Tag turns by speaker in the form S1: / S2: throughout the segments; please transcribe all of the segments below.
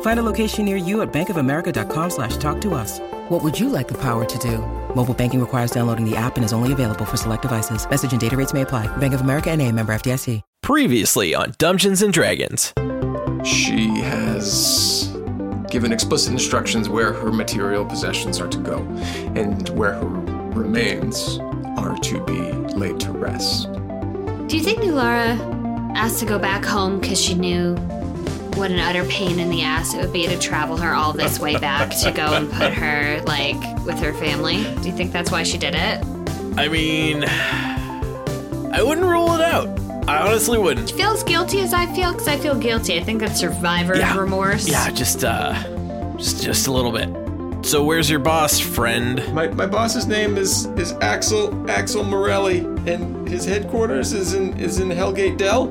S1: Find a location near you at bankofamerica.com slash talk to us. What would you like the power to do? Mobile banking requires downloading the app and is only available for select devices. Message and data rates may apply. Bank of America and a member FDIC.
S2: Previously on Dungeons and Dragons.
S3: She has given explicit instructions where her material possessions are to go and where her remains are to be laid to rest.
S4: Do you think Nulara asked to go back home because she knew what an utter pain in the ass it would be to travel her all this way back to go and put her, like, with her family? Do you think that's why she did it?
S2: I mean, I wouldn't rule it out. I honestly wouldn't.
S4: She feels guilty as I feel because I feel guilty. I think that's survivor
S2: Yeah.
S4: remorse.
S2: Yeah, just uh, just just a little bit. So where's your boss, friend?
S3: My, my boss's name is, is Axel Axel Morelli, and his headquarters is in is in Hellgate Dell.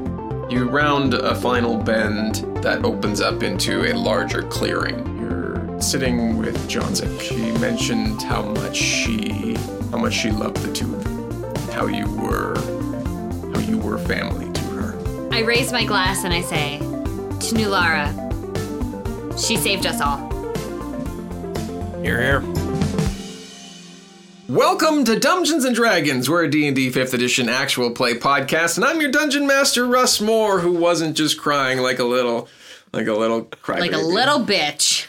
S3: You round a final bend that opens up into a larger clearing. You're sitting with Johnzik. She mentioned how much she how much she loved the two of you, how you were how you were family to her.
S4: I raise my glass and I say, to Nulara, she saved us all.
S2: You're here.
S3: Welcome to Dungeons and Dragons. We're a D&D 5th edition actual play podcast and I'm your dungeon master Russ Moore who wasn't just crying like a little like a little cry
S4: Like a little bitch.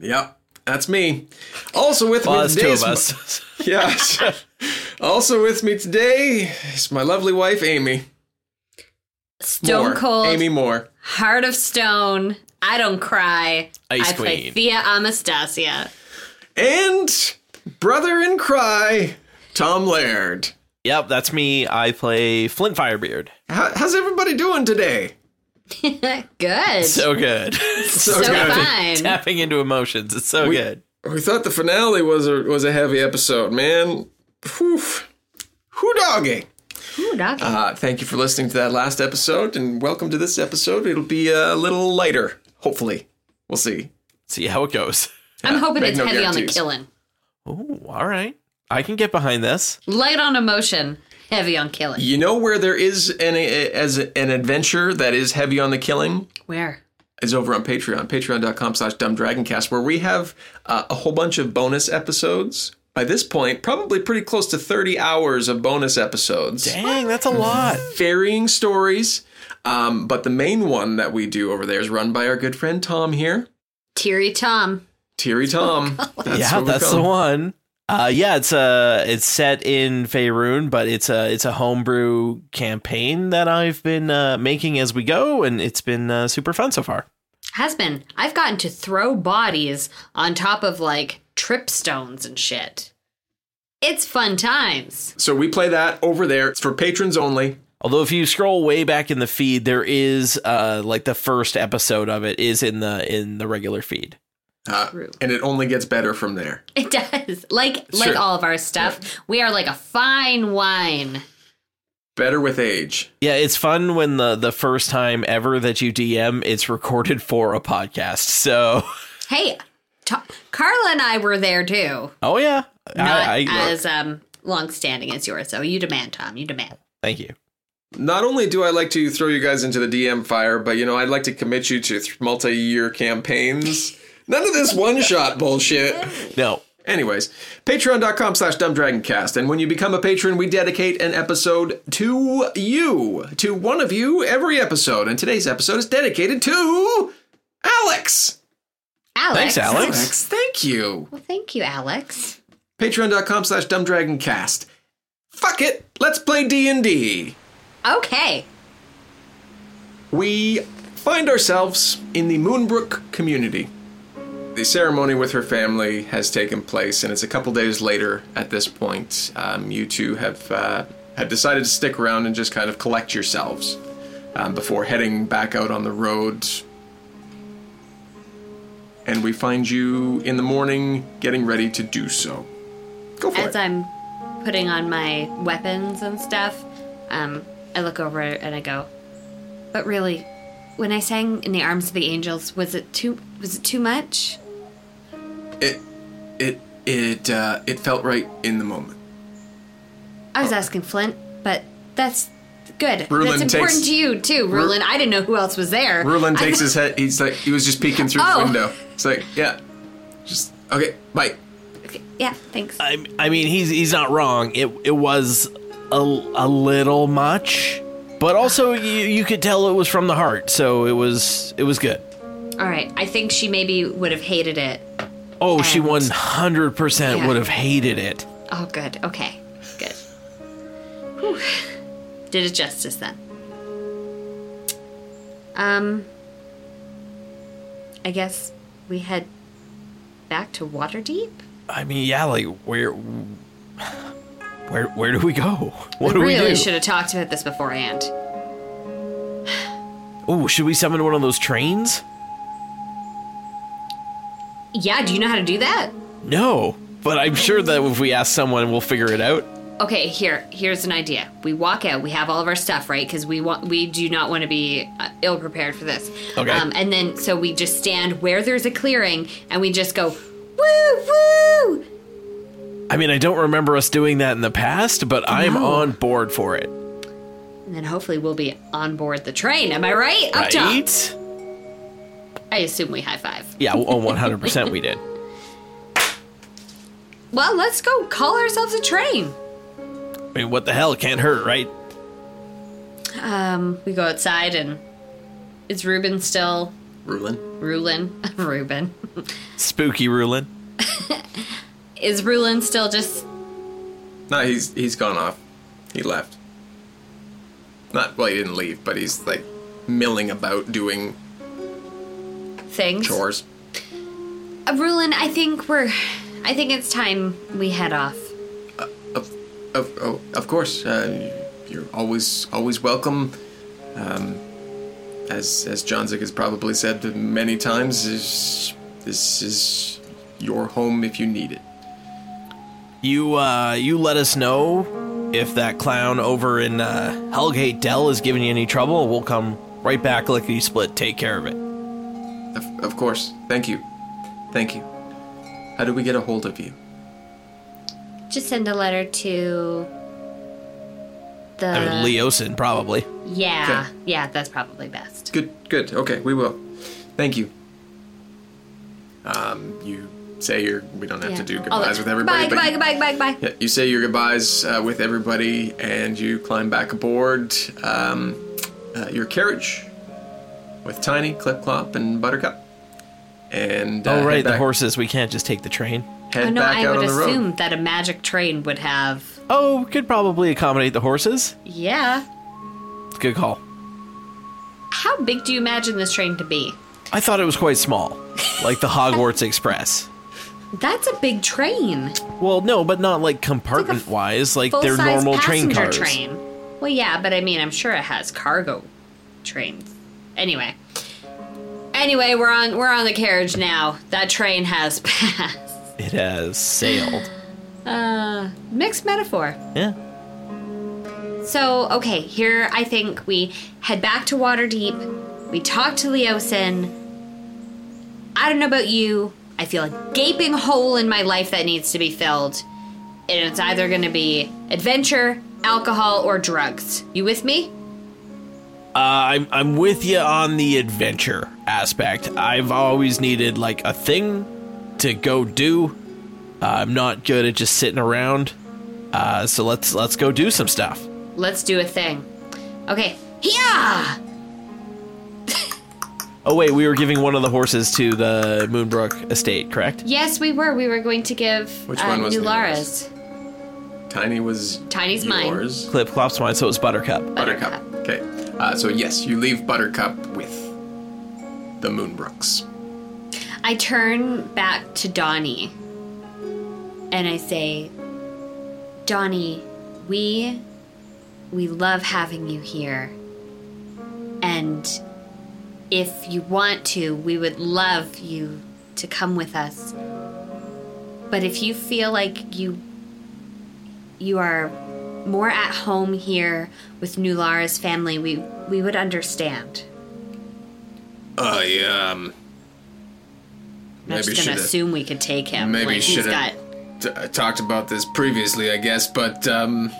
S3: Yep. That's me. Also with
S2: Well,
S3: me
S2: that's two
S3: today
S2: of
S3: is my-
S2: us.
S3: Yes. also with me today is my lovely wife Amy.
S4: Stone
S3: Moore.
S4: cold.
S3: Amy Moore.
S4: Heart of Stone. I don't cry.
S2: Ice
S4: I play
S2: Queen.
S4: Thea Amastasia.
S3: And brother in cry Tom Laird.
S2: yep, that's me. I play Flint Firebeard.
S3: How, how's everybody doing today?
S4: Good.
S2: So good.
S4: So
S3: good.
S4: fine.
S2: Tapping into emotions. It's so
S3: We-
S2: good.
S3: We thought the finale was a was a heavy episode, man. Whew. Who doggy?
S4: Ooh, doggy.
S3: Uh, thank you for listening to that last episode, and welcome to this episode. It'll be a little lighter, hopefully. We'll see.
S2: See how it goes.
S4: I'm hoping
S3: make
S4: it's
S3: no
S4: heavy on the
S3: guarantees.
S4: killing.
S2: Oh, all right. I can get behind this.
S4: Light on emotion, heavy on killing.
S3: You know where there is an a, as an adventure that is heavy on the killing
S4: Where?
S3: is over on Patreon, patreon.com slash dumbdragoncast, where we have uh, a whole bunch of bonus episodes. By this point, probably pretty close to 30 hours of bonus episodes.
S2: Dang, that's a lot.
S3: Varying stories. Um, but the main one that we do over there is run by our good friend Tom here.
S4: Teary Tom.
S3: Teary Tom.
S2: yeah,
S3: what we
S2: that's
S3: call
S2: the
S3: him.
S2: one. Uh, yeah, it's uh, it's set in Faerun, but it's a it's a homebrew campaign that I've been uh, making as we go, and it's been uh, super fun so far.
S4: Has been. I've gotten to throw bodies on top of like trip stones and shit. It's fun times.
S3: So we play that over there. It's for patrons only.
S2: Although if you scroll way back in the feed, there is uh, like the first episode of it is in the in the regular feed.
S3: Uh,
S4: True.
S3: and it only gets better from there.
S4: It does. Like like
S3: Sure.
S4: all of our stuff. We are like a fine wine.
S3: Better with age.
S2: Yeah, it's fun when the the first time ever that you DM, it's recorded for a podcast. So,
S4: Hey, Ta- Carla and I were there too.
S2: oh yeah,
S4: Not
S2: I, I,
S4: as um long standing as yours. So you demand, Tom. You demand.
S2: thank you.
S3: Not only do I like to throw you guys into the DM fire, but you know, I'd like to commit you to th- multi year campaigns. None of this one shot bullshit.
S2: No,
S3: Anyways, patreon.com slash dumbdragoncast. And when you become a patron, we dedicate an episode to you, to one of you every episode. And today's episode is dedicated to Alex.
S4: Alex.
S2: Thanks, Alex.
S3: Alex, thank you.
S4: Well, thank you, Alex.
S3: Patreon.com slash dumbdragoncast. fuck it, let's play D&D.
S4: Okay.
S3: We find ourselves in the Moonbrook community. The ceremony with her family has taken place, and it's a couple days later at this point. Um, you two have, uh, have decided to stick around and just kind of collect yourselves um, before heading back out on the road. And we find you in the morning getting ready to do so. Go for
S4: As
S3: it.
S4: I'm putting on my weapons and stuff, um, I look over and I go, "But really, when I sang in the arms of the angels, was it too was it too much?"
S3: It, it, it, uh, it felt right in the moment.
S4: I was asking Flint, but that's good.
S3: Oh. Rulin
S4: that's
S3: takes-
S4: important to you too, Rulin. I didn't know who else was there.
S3: Rulin
S4: I-
S3: takes his head. He's like, he was just peeking through
S4: Oh.
S3: the window. It's like, yeah, just okay. Bye.
S4: Okay, Yeah, thanks.
S3: Uh,
S2: I, I mean, he's he's not wrong. It it was a, a little much, but also you, you could tell it was from the heart, so it was it was good.
S4: All right. I think she maybe would have hated it.
S2: Oh, she
S4: And-
S2: one hundred percent
S4: Yeah.
S2: would have hated it.
S4: Oh, good. Okay, good. Whew. Did it justice then. Um, I guess we head back to Waterdeep.
S2: I mean, yeah, like where where where do we go? What do
S4: we really
S2: we do?
S4: should have talked about this beforehand.
S2: Oh, should we summon one of those trains?
S4: Yeah. Do you know how to do that?
S2: No, but I'm sure that if we ask someone, we'll figure it out.
S4: Okay, here, here's an idea. We walk out. We have all of our stuff, right? Because we want, we do not want to be uh, ill prepared for this.
S2: Okay.
S4: Um, and then, so we just stand where there's a clearing, and we just go, woo, woo.
S2: I mean, I don't remember us doing that in the past, but I'm on board for it.
S4: And then hopefully we'll be on board the train. Am I right? Up top.
S2: Right?
S4: I assume we high five.
S2: Yeah, oh, 100% we did.
S4: Well, let's go call ourselves a train.
S2: I mean, what the hell? Can't hurt, right?
S4: Um, we go outside, and is Ruben still
S3: Rulin.
S4: Rulin? Ruben.
S2: Spooky ruling.
S4: Is Rulin still just
S3: No, he's he's gone off. He left. Not well. He didn't leave, but he's like milling about doing
S4: things?
S3: chores.
S4: Uh, Rulin, I think we're. I think it's time we head off.
S3: Of of oh, of course. Uh, you're always always welcome. Um, as as Johnzik has probably said many times, is this is your home if you need it.
S2: You uh you let us know if that clown over in uh, Hellgate Dell is giving you any trouble, and we'll come right back lickety split, take care of it.
S3: Of, of course. Thank you. Thank you. How do we get a hold of you?
S4: Just send a letter to. The.
S2: I mean, Leosin
S3: Uh,
S2: probably.
S4: yeah,
S3: Okay.
S4: yeah, that's probably best.
S3: Good, good. Okay, we will. Thank you. Um, you say your we don't have
S4: Yeah. Oh,
S3: to do
S4: All
S3: goodbyes
S4: that-
S3: with everybody. but
S4: Goodbye,
S3: you-
S4: goodbye, goodbye, goodbye, goodbye.
S3: Yeah, you say your goodbyes uh, with everybody, and you climb back aboard um, uh, your carriage with Tiny, Clip Clop, and Buttercup. And uh,
S2: oh
S3: head
S2: right, the
S3: back-
S2: horses. We can't just take the train.
S3: Head
S4: oh no,
S3: back
S4: I
S3: out
S4: would
S3: on the road.
S4: assume that a magic train would have.
S2: Oh, could probably accommodate the horses.
S4: Yeah.
S2: Good call.
S4: How big do you imagine this train to be?
S2: I thought it was quite small, like the Hogwarts Express.
S4: That's a big train.
S2: Well, no, but not like compartment wise, like
S4: Full
S2: they're
S4: size
S2: normal train
S4: passenger
S2: cars.
S4: train. Well, yeah, but I mean, I'm sure it has cargo trains. Anyway. Anyway, we're on we're on the carriage now. That train has passed.
S2: It has sailed.
S4: Uh, mixed metaphor.
S2: Yeah.
S4: So, okay, here I think we head back to Waterdeep. We talk to Leosin. I don't know about you. I feel a gaping hole in my life that needs to be filled. And it's either going to be adventure, alcohol, or drugs. You with me?
S2: Uh, I'm I'm with you on the adventure aspect. I've always needed like a thing to go do. Uh, I'm not good at just sitting around. Uh, so let's let's go do some stuff.
S4: Let's do a thing. Okay. Yeah!
S2: Oh wait, we were giving one of the horses to the Moonbrook Estate, correct?
S4: Yes, we were. We were going to give
S3: Which
S4: uh,
S3: one was
S4: New
S3: New
S4: Lara's.
S3: Tiny was
S4: Tiny's mine.
S3: yours.
S2: Clip Clop's mine, so it was Buttercup.
S3: Buttercup. Okay. Uh, so yes, you leave Buttercup with the Moonbrooks.
S4: I turn back to Donnie and I say, Donnie, we we love having you here. And if you want to, we would love you to come with us. But if you feel like you you are more at home here with New Lara's family, we we would understand.
S3: I um
S4: I'm not
S3: Maybe
S4: just gonna
S3: should've-
S4: assume we could take him.
S3: maybe
S4: like, he's
S3: should
S4: got
S3: have talked about this previously, I guess, but um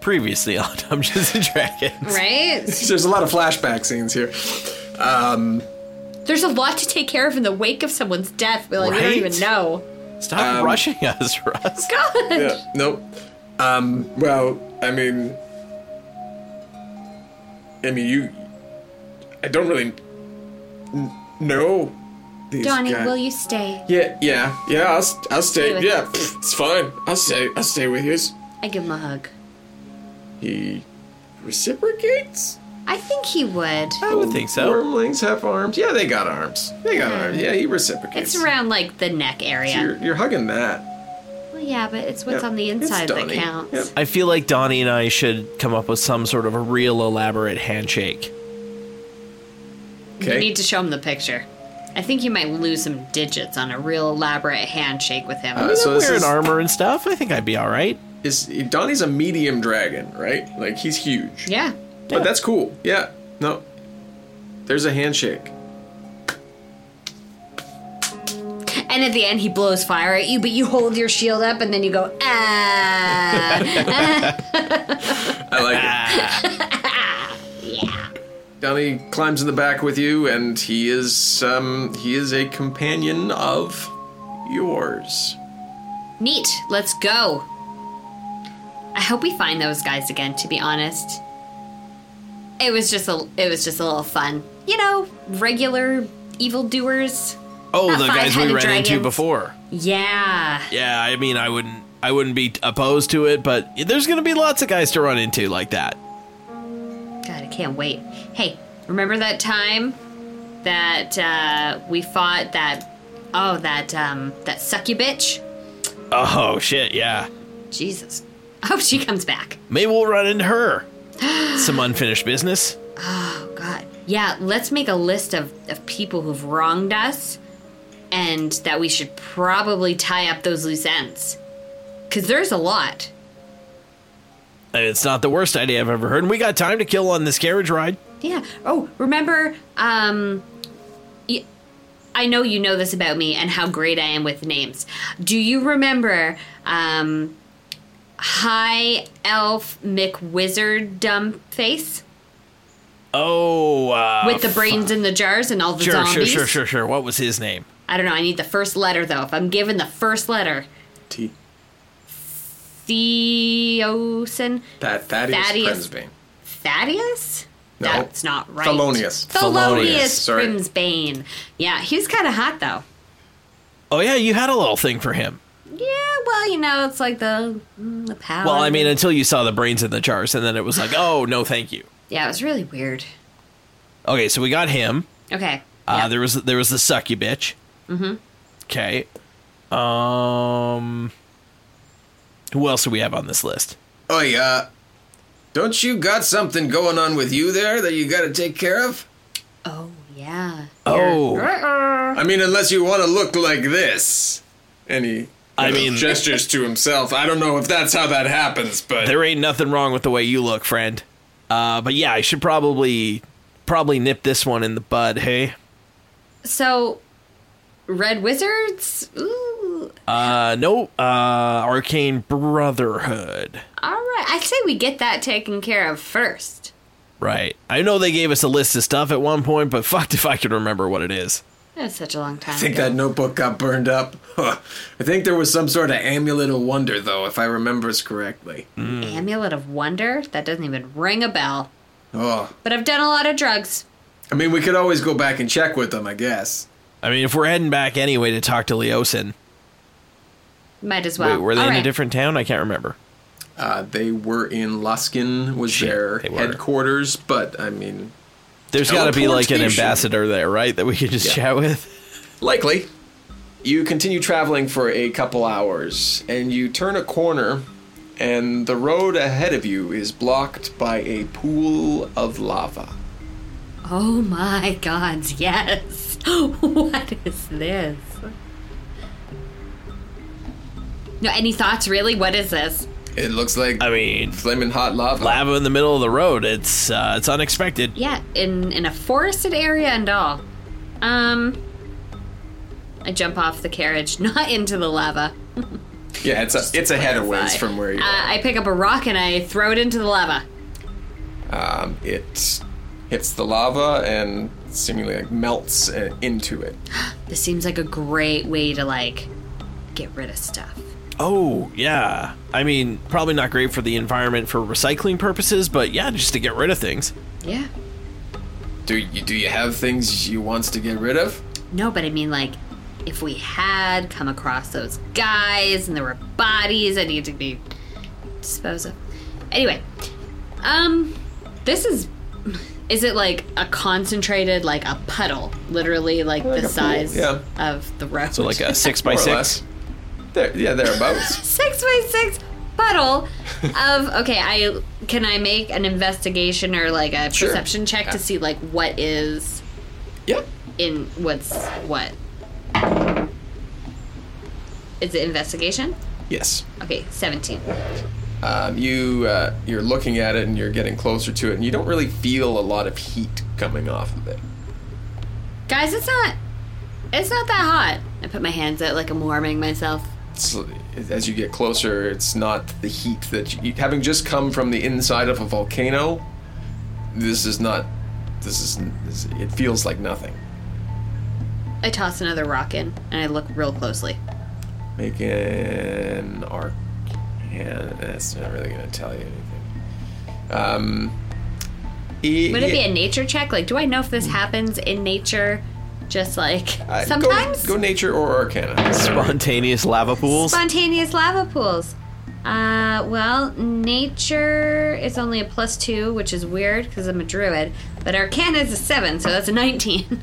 S2: Previously on Dungeons and Dragons.
S4: right.
S3: there's a lot of flashback scenes here.
S4: There's a lot to take care of in the wake of someone's death. We're like, we don't
S2: Right?
S4: even know.
S2: Stop
S3: Um,
S2: rushing us, Russ.
S4: God.
S3: Yeah. Nope. Um well, I mean I mean you I don't really n- know these
S4: Donnie,
S3: guys.
S4: will you stay?
S3: Yeah, yeah, yeah. I'll, s- I'll
S4: Stay
S3: stay.
S4: with
S3: Yeah,
S4: us.
S3: pff, it's fine. I'll stay. I'll stay with you.
S4: I give him a hug.
S3: He reciprocates.
S4: I think he would.
S3: Oh,
S2: I would think so.
S3: Wormlings have arms. Yeah, they got arms. They got arms. Yeah, he reciprocates.
S4: It's around like the neck area.
S3: You're, you're hugging that.
S4: Well, yeah, but it's what's
S3: Yeah,
S4: on the
S3: it's
S4: inside that
S3: Donnie.
S4: counts.
S3: Yep.
S2: I feel like Donnie and I should come up with some sort of a real elaborate handshake.
S4: You
S3: Okay.
S4: need to show him the picture. I think you might lose some digits on a real elaborate handshake with him.
S3: Uh, so
S2: I'm
S3: this
S2: wearing
S3: is,
S2: armor and stuff. I think I'd be all right.
S3: is Donnie's a medium dragon, right? Like he's huge.
S4: yeah.
S3: But that's cool. Yeah. No. There's a handshake.
S4: And at the end, he blows fire at you, but you hold your shield up and then you go, ah.
S3: I like it. Donnie climbs in the back with you, and he is um, he is a companion of yours.
S4: Neat. Let's go. I hope we find those guys again. To be honest, it was just a it was just a little fun. You know, regular evildoers.
S2: Oh,
S4: Not
S2: the guys we
S4: five-headed
S2: ran into
S4: dragons.
S2: before.
S4: Yeah.
S2: Yeah, I mean, I wouldn't, I wouldn't be opposed to it, but there's going to be lots of guys to run into like that.
S4: God, I can't wait. Hey, remember that time that uh, we fought that? Oh, that um, that sucky bitch.
S2: Oh shit, yeah.
S4: Jesus. I hope she comes back.
S2: Maybe we'll run into her. Some unfinished business.
S4: Oh God. Yeah, let's make a list of, of people who've wronged us and that we should probably tie up those loose ends. Cause there's a lot.
S2: And It's not the worst idea I've ever heard. And we got time to kill on this carriage ride.
S4: Yeah. Oh, remember, um y- I know you know this about me and how great I am with names. Do you remember um High Elf McWizard Dumbface?
S2: Oh, uh,
S4: With the brains in the jars and all the
S2: sure,
S4: zombies?
S2: sure, sure, sure, sure. What was his name?
S4: I don't know. I need the first letter though. If I'm given the first letter,
S3: T.
S4: Theosin,
S3: That Thaddeus,
S4: Thaddeus-
S3: Grimsby.
S4: Thaddeus.
S3: No.
S4: That's not right.
S3: Thelonious.
S4: Thelonious
S3: Thelonious, sorry.
S4: Primsbane. Yeah, he was kind of hot though.
S2: Oh yeah, you had a little thing for him.
S4: Yeah, well, you know, it's like the mm, the power.
S2: Well, I mean, until you saw the brains in the jars, and then it was like, oh no, thank you.
S4: yeah, it was really weird.
S2: Okay, so we got him.
S4: Okay.
S2: Uh,
S4: yeah.
S2: There was there was the sucky bitch. Mm-hmm. Okay. Um. Who else do we have on this list?
S3: Oh yeah. Don't you got something going on with you there that you got to take care of?
S4: oh yeah.
S2: Oh.
S3: I mean, unless you want to look like this. And he
S2: I
S3: kind of
S2: mean-
S3: gestures to himself. I don't know if that's how that happens, but
S2: There ain't nothing wrong with the way you look, friend. Uh, but yeah, I should probably probably nip this one in the bud. Hey,
S4: So, red wizards. Ooh.
S2: uh, no, uh, arcane brotherhood.
S4: All right. I say we get that taken care of first.
S2: Right. I know they gave us a list of stuff at one point, but fucked if I could remember what it is.
S4: That was such a long time.
S3: I think
S4: ago.
S3: that notebook got burned up. I think there was some sort of amulet of wonder, though, if I remember correctly.
S2: Hmm.
S4: Amulet of Wonder? That doesn't even ring a bell.
S3: Oh,
S4: But I've done a lot of drugs.
S3: I mean, we could always go back and check with them, I guess.
S2: I mean, if we're heading back anyway to talk to Leosin,
S4: Might as well.
S2: Wait, were they
S4: All
S2: in a
S4: right.
S2: different town? I can't remember.
S3: Uh, they were in Luskin, was
S2: Shit,
S3: their
S2: they were.
S3: headquarters, but I mean,
S2: There's got to be like an
S3: Teleportation.
S2: ambassador there, right? That we could just
S3: Yeah.
S2: chat with.
S3: Likely. You continue traveling for a couple hours, and you turn a corner, and the road ahead of you is blocked by a pool of lava.
S4: Oh my god, yes. what is this? No, any thoughts really? What is this?
S3: It looks like
S2: I mean,
S3: flaming hot lava.
S2: lava in the middle of the road. It's uh, it's unexpected.
S4: Yeah, in in a forested area and all. Um I jump off the carriage, not into the lava.
S3: yeah, it's a, it's a head a ways from where you
S4: Uh,
S3: are.
S4: I pick up a rock and I throw it into the lava.
S3: Um, it hits the lava and seemingly like melts uh, into it.
S4: This seems like a great way to like get rid of stuff.
S2: Oh yeah. I mean, probably not great for the environment for recycling purposes, but yeah, just to get rid of things.
S4: Yeah.
S3: Do you do you have things you wants to get rid of?
S4: No, but I mean, like, if we had come across those guys and there were bodies that need to be disposed of. Anyway, um, this is. Is it like a concentrated, like a puddle, literally like,
S3: Like a
S4: the
S3: pool,
S4: size
S3: yeah.
S4: of the road?
S2: So like a six by
S3: More or
S2: six.
S3: less. There, yeah, thereabouts.
S4: six by six puddle of okay i can i make an investigation or like a
S3: Sure.
S4: perception check to see like what is
S3: yeah.
S4: in what's what is it investigation
S3: Yes.
S4: okay 17
S3: Um, you uh, you're looking at it and you're getting closer to it, and you don't really feel a lot of heat coming off of it.
S4: guys it's not it's not that hot i put my hands out like i'm warming myself
S3: It's, uh, as you get closer, it's not the heat that you, having just come from the inside of a volcano. This is not. This is. This, it feels like nothing.
S4: i toss another rock in and i look real closely
S3: Make an arc. Yeah, that's not really gonna tell you anything. Um. e-
S4: would it be a nature check like do i know if this happens in nature just like
S3: uh, go-
S4: sometimes
S3: go, nature or arcana.
S2: Spontaneous lava pools.
S4: Spontaneous lava pools. Uh, well, nature is only a plus two, which is weird because I'm a druid. But Arcana is a seven, so that's a 19.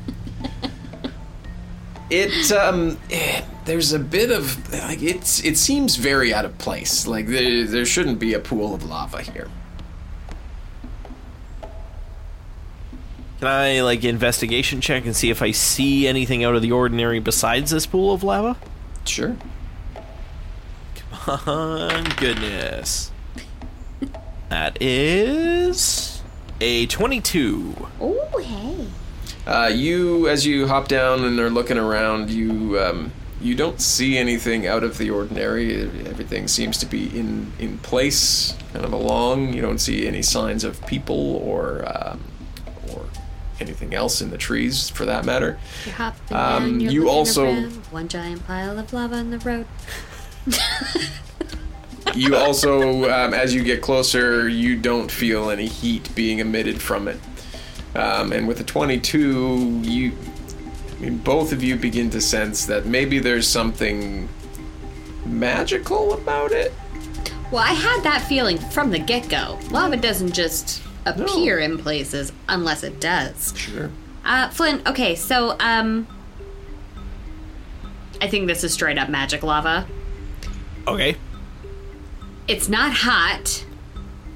S3: It um, eh, there's a bit of like it's it seems very out of place. Like there there shouldn't be a pool of lava here.
S2: Can I like investigation check and see if I see anything out of the ordinary besides this pool of lava?
S3: Sure.
S2: On goodness. That is a 22.
S4: oh, hey.
S3: Uh, you as you hop down and are looking around, you um, you don't see anything out of the ordinary. Everything seems to be in in place, kind of along. You don't see any signs of people or um, or anything else in the trees, for that matter.
S4: You're hopping
S3: Um,
S4: down, you're
S3: you
S4: looking
S3: also-
S4: around. One giant pile of lava on the road.
S3: You also, um, as you get closer, you don't feel any heat being emitted from it. Um, and with the 22, you, I mean, both of you begin to sense that maybe there's something magical about it.
S4: Well, I had that feeling from the get go. Lava doesn't just appear in places unless it does.
S3: Sure.
S4: Uh, Flynn, okay, so, um. I think this is straight up magic lava.
S2: Okay.
S4: It's not hot.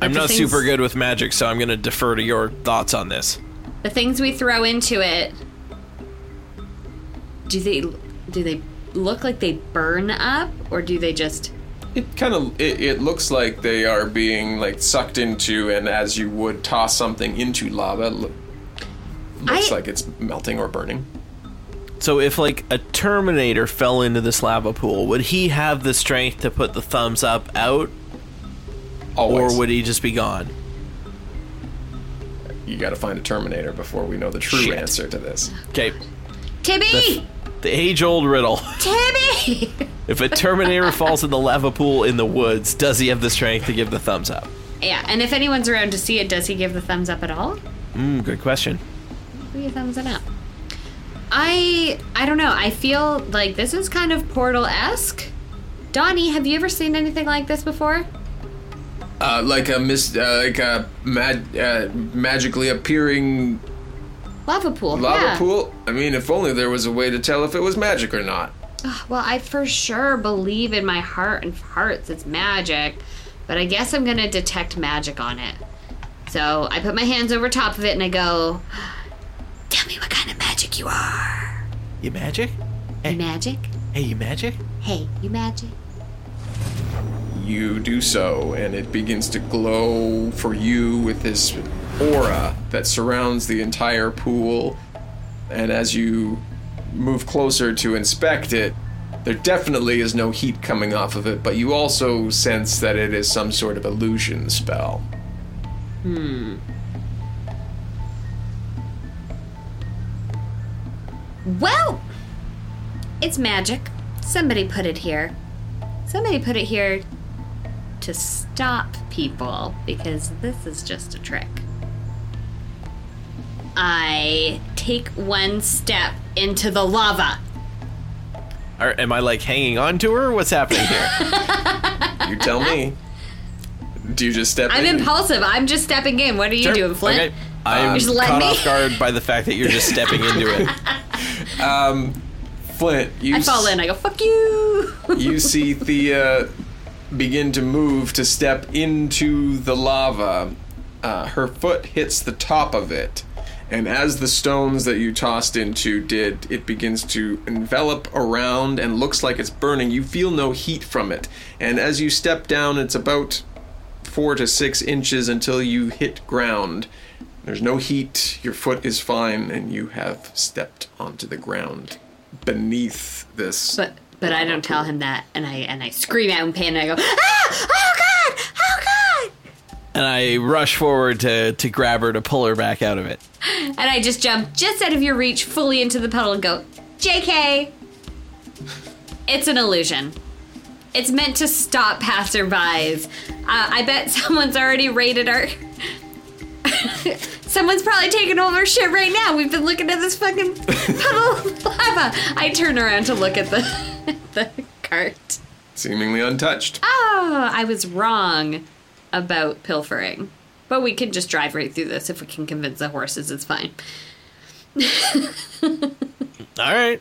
S2: I'm
S4: the
S2: not
S4: things-
S2: super good with magic, so I'm going to defer to your thoughts on this.
S4: The things we throw into it. Do they do they look like they burn up or do they just
S3: It kind of it, it looks like they are being like sucked into, and as you would toss something into lava, it loo- looks
S4: I-
S3: like it's melting or burning.
S2: So if like a terminator fell into this lava pool, would he have the strength to put the thumbs up out
S3: Always.
S2: or would he just be gone?
S3: you got to find a Terminator before we know the true
S2: Shit.
S3: answer to this.
S2: Okay.
S4: Tibby!
S2: The age-old riddle.
S4: Tibby!
S2: If a terminator falls in the lava pool in the woods, does he have the strength to give the thumbs up?
S4: yeah, and if anyone's around to see it, does he give the thumbs up at all?
S2: Mm, good question.
S4: Give me a thumbs up. I I don't know. I feel like this is kind of portal esque. Donnie, have you ever seen anything like this before?
S3: Uh, like a mis- uh, like a mag- uh, magically appearing
S4: Lava pool.
S3: lava
S4: yeah.
S3: pool. I mean, if only there was a way to tell if it was magic or not.
S4: Well, I for sure believe in my heart and hearts it's magic, but I guess I'm gonna detect magic on it. So I put my hands over top of it and I go, "Tell me what kind of magic you are.
S2: You magic?
S4: You magic?
S2: Hey, you magic?
S4: Hey, you magic?
S3: You do so, and it begins to glow for you with this aura that surrounds the entire pool. And as you move closer to inspect it, there definitely is no heat coming off of it, but you also sense that it is some sort of illusion spell.
S4: Well, it's magic. Somebody put it here. Somebody put it here to stop people because this is just a trick. I take one step into the lava.
S2: Or am I like hanging on to her? What's happening here?
S3: You tell me. Do you just step
S4: I'm
S3: in?
S4: impulsive. I'm just stepping in. What are you
S2: Sure.
S4: doing, Flint?
S2: Okay. I'm
S4: Just let
S2: caught
S4: me-
S2: off guard by the fact that you're just stepping into it.
S3: Flint, you
S4: I fall
S3: s-
S4: in. I go, fuck you.
S3: you see Thea begin to move to step into the lava. Uh, her foot hits the top of it, and as the stones that you tossed into did, it begins to envelop around and looks like it's burning. You feel no heat from it, and as you step down, it's about four to six inches until you hit ground. There's no heat, your foot is fine, and you have stepped onto the ground beneath this
S4: but but I don't tell him that, and I and I scream out in pain, and I go, ah! Oh god! Oh
S2: And I rush forward to, to grab her to pull her back out of it.
S4: god! And I just jump just out of your reach, fully into the puddle, and go, Jk. It's an illusion. It's meant to stop passerbys. Uh, I bet someone's already raided our. Someone's probably taking all our shit right now. We've been looking at this fucking puddle of lava. I turn around to look at the the cart.
S3: seemingly untouched.
S4: Oh, I was wrong about pilfering. But we can just drive right through this if we can convince the horses it's fine.
S2: All right.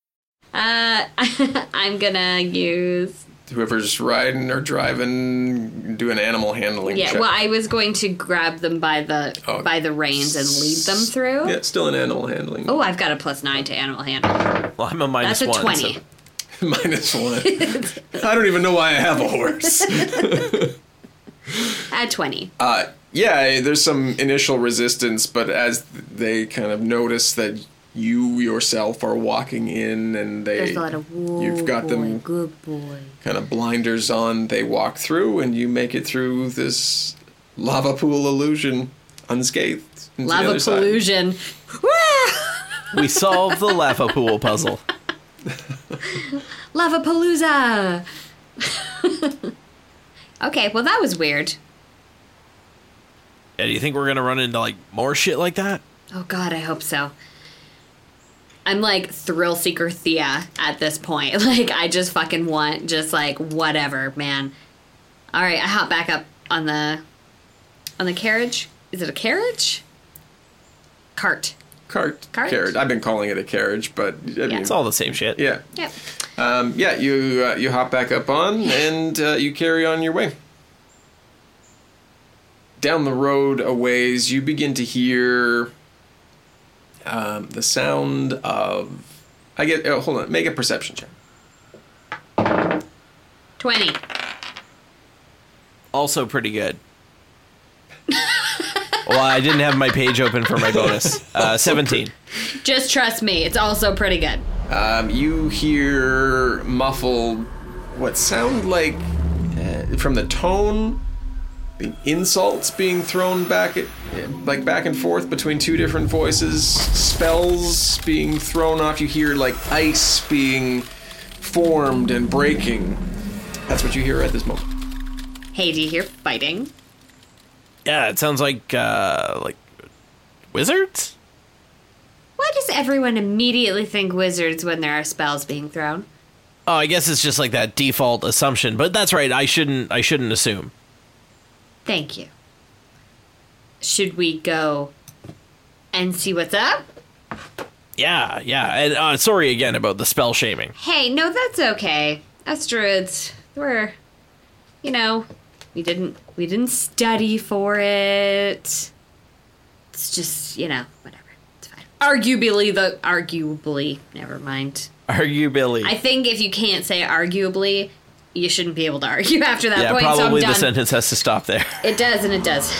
S4: Uh, I'm gonna use.
S3: Whoever's riding or driving, do an animal handling
S4: Yeah,
S3: check.
S4: well, I was going to grab them by the
S3: Oh.
S4: by the reins and lead them through.
S3: yeah, still an animal handling.
S4: Oh, I've got a plus nine to animal handle.
S2: Well, I'm a minus
S4: That's a
S2: one. so-
S4: twenty.
S3: Minus one. I don't even know why I have a horse.
S4: At twenty.
S3: Uh, yeah, there's some initial resistance, but as they kind of notice that you yourself are walking in and they
S4: There's a lot of whoa,
S3: you've got
S4: boy,
S3: them
S4: good boy.
S3: kind of blinders on they walk through and you make it through this lava pool illusion unscathed into the
S4: Lava
S3: other side.
S4: pollution.
S2: we solve the lava pool puzzle.
S4: Lava palooza. okay, well that was weird.
S2: Yeah, do you think we're gonna run into like more shit like that?
S4: Oh God, I hope so. I'm like thrill seeker Thea at this point. Like I just fucking want just like whatever, man. All right, I hop back up on the on the carriage. Is it a carriage? Cart.
S3: cart,
S4: Cart?
S3: carriage. I've been calling it a carriage, but I mean,
S2: It's all the same shit.
S3: yeah,
S4: Yep.
S3: um, yeah. You uh, you hop back up on and uh, you carry on your way. Down the road a ways, you begin to hear um, the sound of. I get. Oh, hold on. Make a perception check.
S4: Twenty.
S2: Also pretty good. well, I didn't have my page open for my bonus. Uh, Seventeen.
S4: Just trust me. It's also pretty good.
S3: Um, you hear muffled what sound like uh, from the tone the insults being thrown back at uh, like back and forth between two different voices spells being thrown off you hear like ice being formed and breaking that's what you hear at this moment
S4: Hey, do you hear fighting?
S2: Yeah, it sounds like uh like wizards?
S4: Why does everyone immediately think wizards when there are spells being thrown?
S2: Oh, I guess it's just like that default assumption, but that's right. I shouldn't I shouldn't assume.
S4: Thank you. Should we go and see what's up?
S2: Yeah, yeah. And uh, sorry again about the spell shaming.
S4: Hey, no, that's okay. Us druids, we're, you know, we didn't we didn't study for it. It's just you know whatever. It's fine. Arguably the arguably, never mind.
S2: Are you Billy?
S4: I think if you can't say arguably, you shouldn't be able to argue after that
S2: yeah,
S4: point.
S2: probably
S4: so I'm
S2: the
S4: done.
S2: sentence has to stop there.
S4: It does and it does.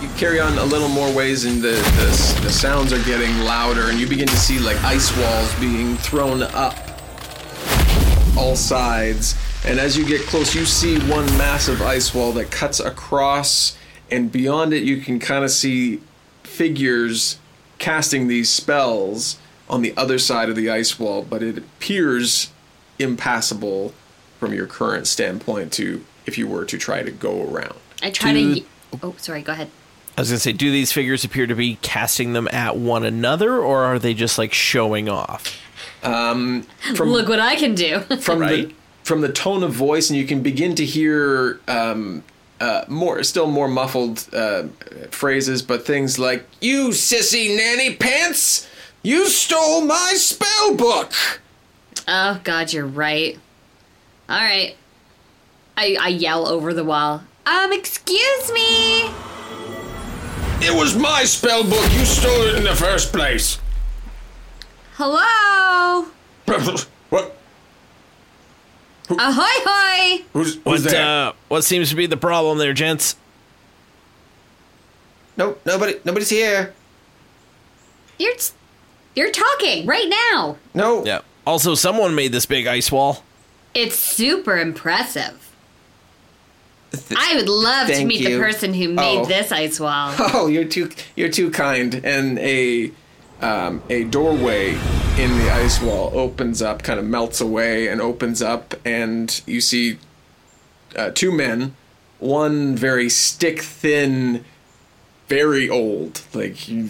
S3: you carry on a little more ways and the, the, the sounds are getting louder and you begin to see like ice walls being thrown up all sides and as you get close you see one massive ice wall that cuts across and beyond it you can kind of see figures casting these spells on the other side of the ice wall but it appears impassable from your current standpoint to if you were to try to go around
S4: I try
S2: Dude.
S4: to. y- Oh, sorry. Go ahead.
S2: I was gonna say, do these figures appear to be casting them at one another, or are they just like showing off?
S3: from
S4: Look what I can do.
S3: from
S2: Right.
S3: the from the tone of voice, and you can begin to hear um, uh, more, still more muffled uh, phrases, but things like "You sissy nanny pants, you stole my spell book."
S4: Oh God, you're right. All right. I I yell over the wall. Um, excuse me.
S3: It was my spell book. You stole it in the first place.
S4: Hello.
S3: what?
S4: Ahoy hoy.
S3: Who's,
S2: What uh, what seems to be the problem there, gents?
S3: nope. Nobody. Nobody's here.
S4: You're s- you're talking right now.
S3: No.
S2: Yeah. Also, someone made this big ice wall.
S4: It's super impressive. I would love to
S3: thank
S4: meet the
S3: you.
S4: person who made
S3: Oh.
S4: this ice wall.
S3: Oh, you're too you're too kind. And a um, a doorway in the ice wall opens up, kind of melts away, and opens up, and you see uh, two men. One very stick thin, very old, like you-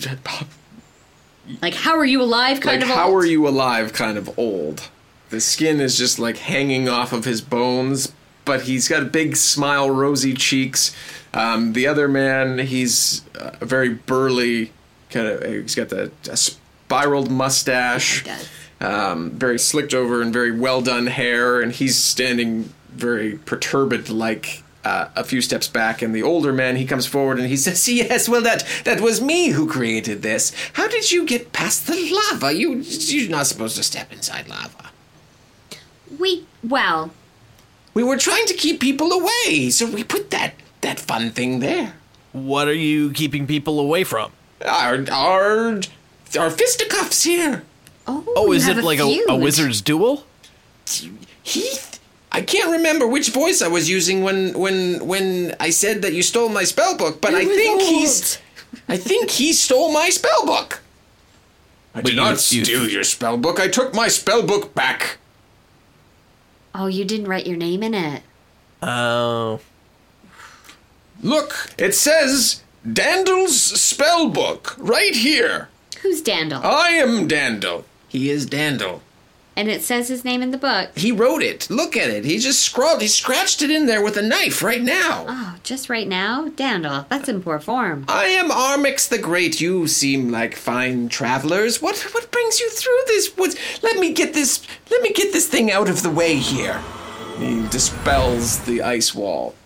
S4: Like, how are you alive? Kind
S3: like
S4: of.
S3: how
S4: old?
S3: are you alive? Kind of old. The skin is just like hanging off of his bones, but he's got a big smile, rosy cheeks. Um, the other man, he's uh, very burly, kind of. He's got the a spiraled mustache,
S4: He does.
S3: um, very slicked over and very well done hair, and he's standing very perturbed, like. Uh, a few steps back, and the older man he comes forward and he says, "Yes, well that that was me who created this. How did you get past the lava? You you're not supposed to step inside lava."
S4: We well,
S3: We were trying to keep people away, so we put that that fun thing there.
S2: What are you keeping people away from?
S3: Our our our fisticuffs here.
S4: Oh,
S2: Oh,
S4: you
S2: is
S4: have
S2: it like a,
S4: feud.
S2: a wizard's duel?
S3: Heath. I can't remember which voice I was using when when when I said that you stole my spell book, but I think he's I think he stole my spell book. I
S2: But
S3: did
S2: you-
S3: not
S2: you-
S3: steal your spell book. I took my spell book back.
S4: Oh, you didn't write your name in it.
S2: Oh,
S3: Look, it says Dandel's spell book right here.
S4: Who's Dandel?
S3: I am Dandel. He is Dandel.
S4: And it says his name in the book.
S3: He wrote it. Look at it. He just scrawled. He scratched it in there with a knife right now.
S4: Oh, just right now? Dandel, that's in poor form.
S3: I am Armix the Great. You seem like fine travelers. What what brings you through this woods? Let me get this. Let me get this thing out of the way here. He dispels the ice wall.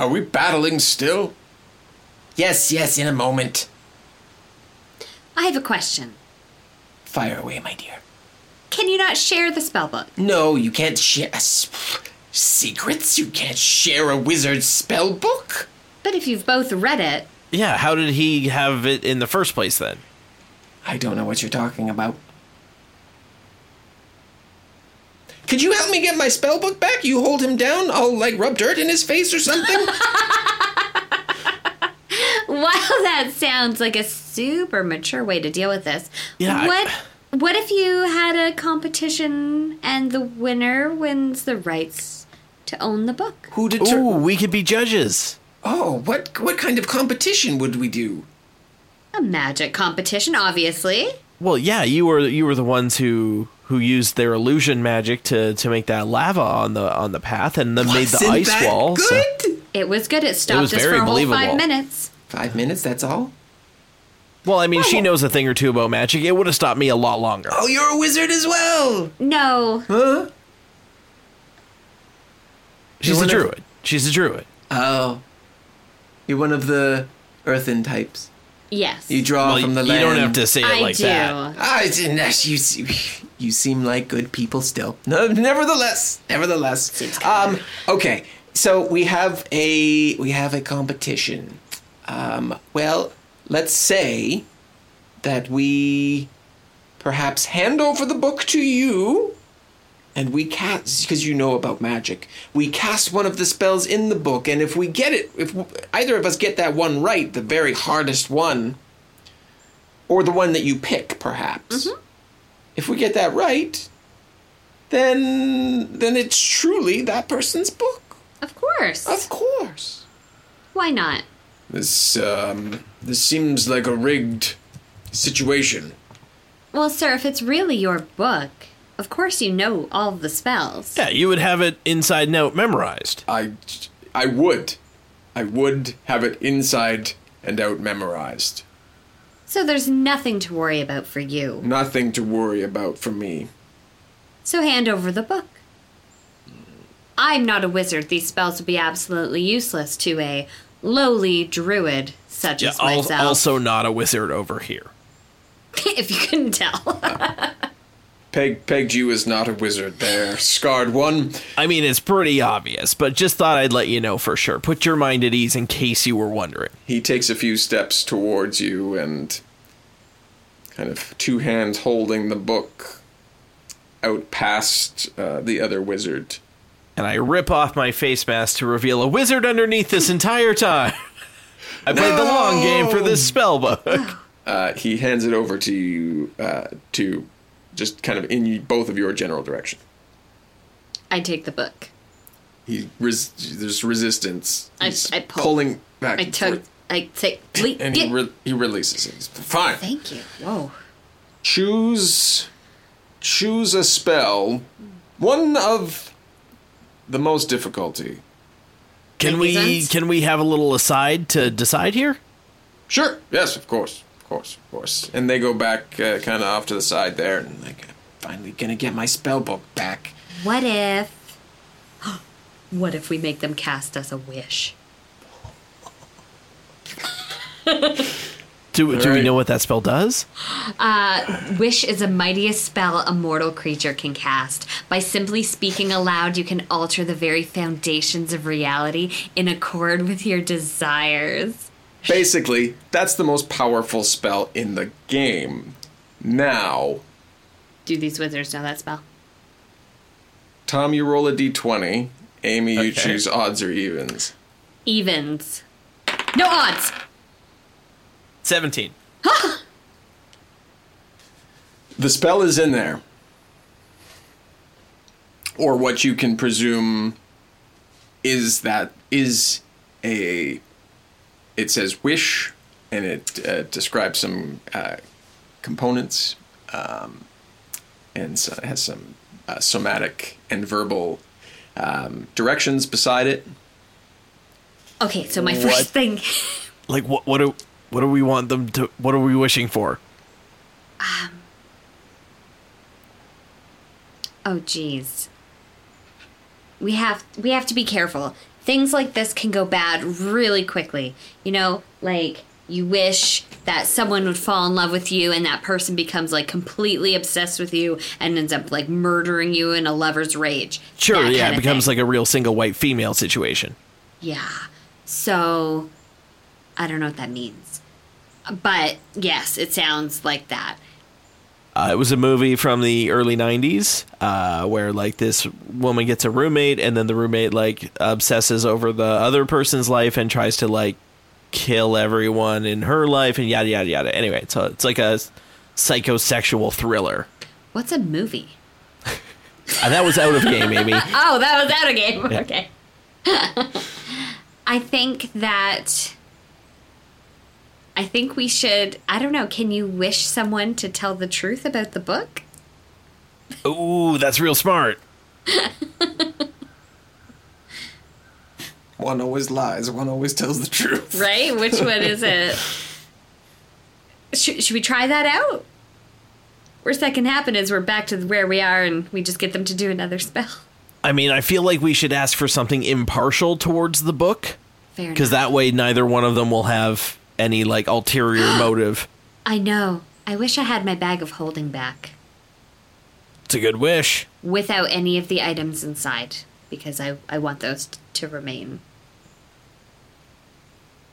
S3: Are we battling still? Yes, yes. In a moment.
S4: I have a question.
S3: Fire away, my dear.
S4: Can you not share the spellbook?
S3: No, you can't share secrets. You can't share a wizard's spell book.
S4: But if you've both read it,
S2: yeah. How did he have it in the first place then?
S3: I don't know what you're talking about. Could you help me get my spell book back? You hold him down, I'll like rub dirt in his face or something.
S4: Wow, that sounds like a super mature way to deal with this.
S2: Yeah, I-
S4: What what if you had a competition and the winner wins the rights to own the book?
S3: Who deter?
S2: Ooh, we could be judges.
S3: Oh, what what kind of competition would we do?
S4: A magic competition, obviously.
S2: Well, yeah, you were you were the ones who who used their illusion magic to to make that lava on the on the path and then made the
S3: Wasn't
S2: ice
S3: that
S2: wall. so-
S3: Good.
S4: It was good. It stopped
S2: was
S4: us
S2: very
S4: for a whole
S2: believable.
S4: five minutes.
S3: Five minutes. That's all.
S2: well, I mean, she knows a thing or two about magic. It would have stopped me a lot longer.
S3: Oh, you're a wizard as well.
S4: No,
S3: Huh?
S2: She's
S3: you
S2: a
S3: wanna-
S2: druid. She's a druid.
S3: Oh, you're one of the earthen types.
S4: yes,
S3: You draw
S2: Well,
S3: Oh, from the
S2: you
S3: land.
S2: don't have to say it
S4: I
S2: like
S4: do.
S2: that.
S3: Ah, it's- nah, you se- you seem like good people still. No, nevertheless, nevertheless. Um, okay, so we have a we have a competition. Um, well, let's say that we perhaps hand over the book to you, and we cast because you know about magic. We cast one of the spells in the book, and if we get it, if either of us get that one right, the very hardest one, or the one that you pick, perhaps. If we get that right, then then it's truly that person's book.
S4: Of course.
S3: Of course.
S4: Why not?
S3: This um this seems like a rigged situation.
S4: Well, sir, if it's really your book, of course you know all the spells.
S2: Yeah, you would have it inside and out memorized.
S3: I I would I would have it inside and out memorized.
S4: So there's nothing to worry about for you.
S3: Nothing to worry about for me.
S4: So hand over the book. I'm not a wizard. These spells would be absolutely useless to a lowly druid such
S2: Yeah,
S4: as
S2: al-
S4: myself.
S2: also not a wizard over here.
S4: if you couldn't tell.
S3: Peg pegged you as not a wizard there, scarred one.
S2: I mean, it's pretty obvious, but just thought I'd let you know for sure. Put your mind at ease in case you were wondering.
S3: he takes a few steps towards you and kind of two hands holding the book out past uh, the other wizard.
S2: And I rip off my face mask to reveal a wizard underneath this entire time. I played the long game for this spell book.
S3: Uh, he hands it over to you uh, to just kind of in you, both of your general direction.
S4: I take the book.
S3: He res- there's resistance.
S4: I-
S3: He's
S4: I pull.
S3: pulling back.
S4: I
S3: and
S4: took.
S3: forth,
S4: I take. le-
S3: and
S4: get-
S3: he, re- he releases it. He's, Fine.
S4: Thank you. Whoa.
S3: choose choose a spell one of the most difficulty
S2: Can
S4: Make any
S2: we
S4: sense?
S2: can we have a little aside to decide here?
S3: Sure. Yes, of course, of course, of course. And they go back, uh, kind of off to the side there, and like, I'm finally gonna get my spell book back.
S4: What if. What if we make them cast us a wish?
S2: Do, do we
S3: right.
S2: know what that spell does?
S4: Wish is the mightiest spell a mortal creature can cast. By simply speaking aloud, you can alter the very foundations of reality in accord with your desires.
S3: Basically, that's the most powerful spell in the game. Now,
S4: Do these wizards know that spell?
S3: Tom, you roll a d20. Amy, you
S2: Okay.
S3: choose odds or evens.
S4: Evens. No odds!
S2: 17.
S3: The spell is in there, or what you can presume is that is a. It says wish, and it uh, describes some uh, components, um, and so it has some uh, somatic and verbal um, directions beside it.
S4: Okay, so my
S2: What?
S4: first thing.
S2: Like what what do what do we want them to what are we wishing for?
S4: Oh geez. We have we have to be careful. Things like this can go bad really quickly. You know, like you wish that someone would fall in love with you and that person becomes like completely obsessed with you and ends up like murdering you in a lover's rage.
S2: Sure,
S4: That
S2: yeah,
S4: kind
S2: it
S4: of
S2: becomes
S4: thing.
S2: like a real single white female situation.
S4: Yeah. So I don't know what that means. But yes, it sounds like that.
S2: Uh, it was a movie from the early 90s uh, where like this woman gets a roommate and then the roommate like obsesses over the other person's life and tries to like kill everyone in her life and yada yada yada. Anyway, so it's like a psychosexual thriller.
S4: What's a movie?
S2: And that was out of game, Amy.
S4: Oh, that was out of game. Okay. I think that. I think we should. I don't know. Can you wish someone to tell the truth about the book?
S2: Ooh, that's real smart.
S3: One always lies. One always tells the truth.
S4: Right? Which one is it? should, should we try that out? Worst that can happen is we're back to where we are and we just get them to do another spell.
S2: I mean, I feel like we should ask for something impartial towards the book
S4: Fair enough.
S2: because that way neither one of them will have any like ulterior motive.
S4: I know. I wish I had my bag of holding back
S2: It's a good wish.
S4: without any of the items inside because I, I want those t- to remain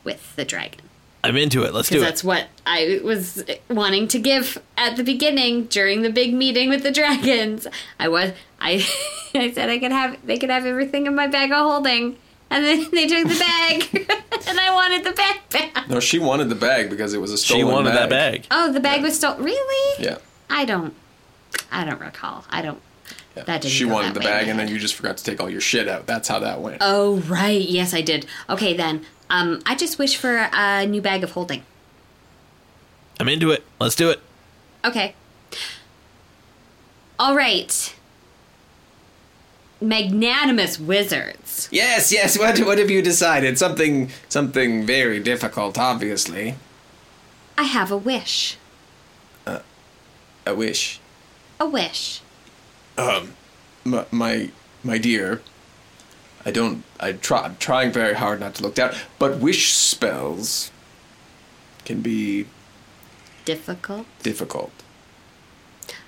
S4: with the dragon.
S2: I'm into it. Let's do
S4: Because
S2: it.
S4: that's what I was wanting to give at the beginning during the big meeting with the dragons. I was I I said I could have they could have everything in my bag of holding. And then they took the bag and I wanted the bag back.
S3: No, she wanted the bag because it was a stolen
S2: she wanted that bag.
S4: Oh, the bag was stolen. Really?
S3: Yeah.
S4: I don't I don't recall. I don't
S3: yeah.
S4: That didn't
S3: she
S4: go
S3: wanted
S4: that way
S3: the
S4: in
S3: bag,
S4: my
S3: and then
S4: head.
S3: you just forgot to take all your shit out. That's how that went.
S4: Oh right, yes I did. Okay then. Um I just wish for a new bag of holding.
S2: I'm into it. Let's do it.
S4: Okay. All right. Magnanimous wizards.
S3: Yes, yes. What what have you decided? Something something very difficult, obviously.
S4: I have a wish.
S3: A wish.
S4: A wish.
S3: M- my my dear, I don't. I try. I'm trying very hard not to look down. But wish spells can be
S4: Difficult.
S3: difficult.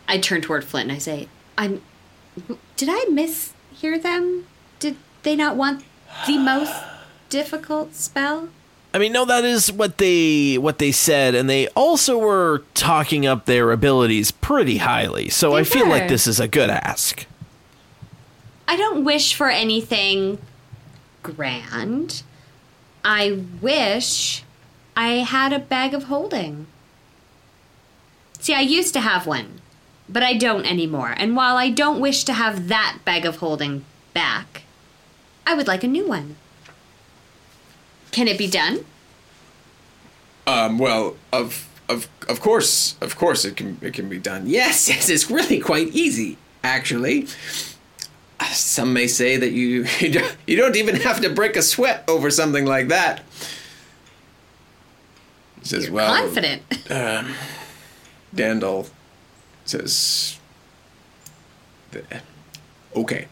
S4: I turn toward Flint and I say, "I'm. Did I mishear them? Did they not want the most difficult spell?
S2: I mean, no, that is what they what they said, and they also were talking up their abilities pretty highly. So I
S4: They
S2: feel
S4: were.
S2: like this is a good ask.
S4: I don't wish for anything grand. I wish I had a bag of holding. See, I used to have one, but I don't anymore. And while I don't wish to have that bag of holding back, I would like a new one. Can it be done?
S3: Um. Well, of of of course, of course, it can it can be done. Yes, yes. It's really quite easy, actually. Some may say that you you don't- you don't even have to break a sweat over something like that. He Says, well,
S4: Confident.
S3: Dandel says, "Okay,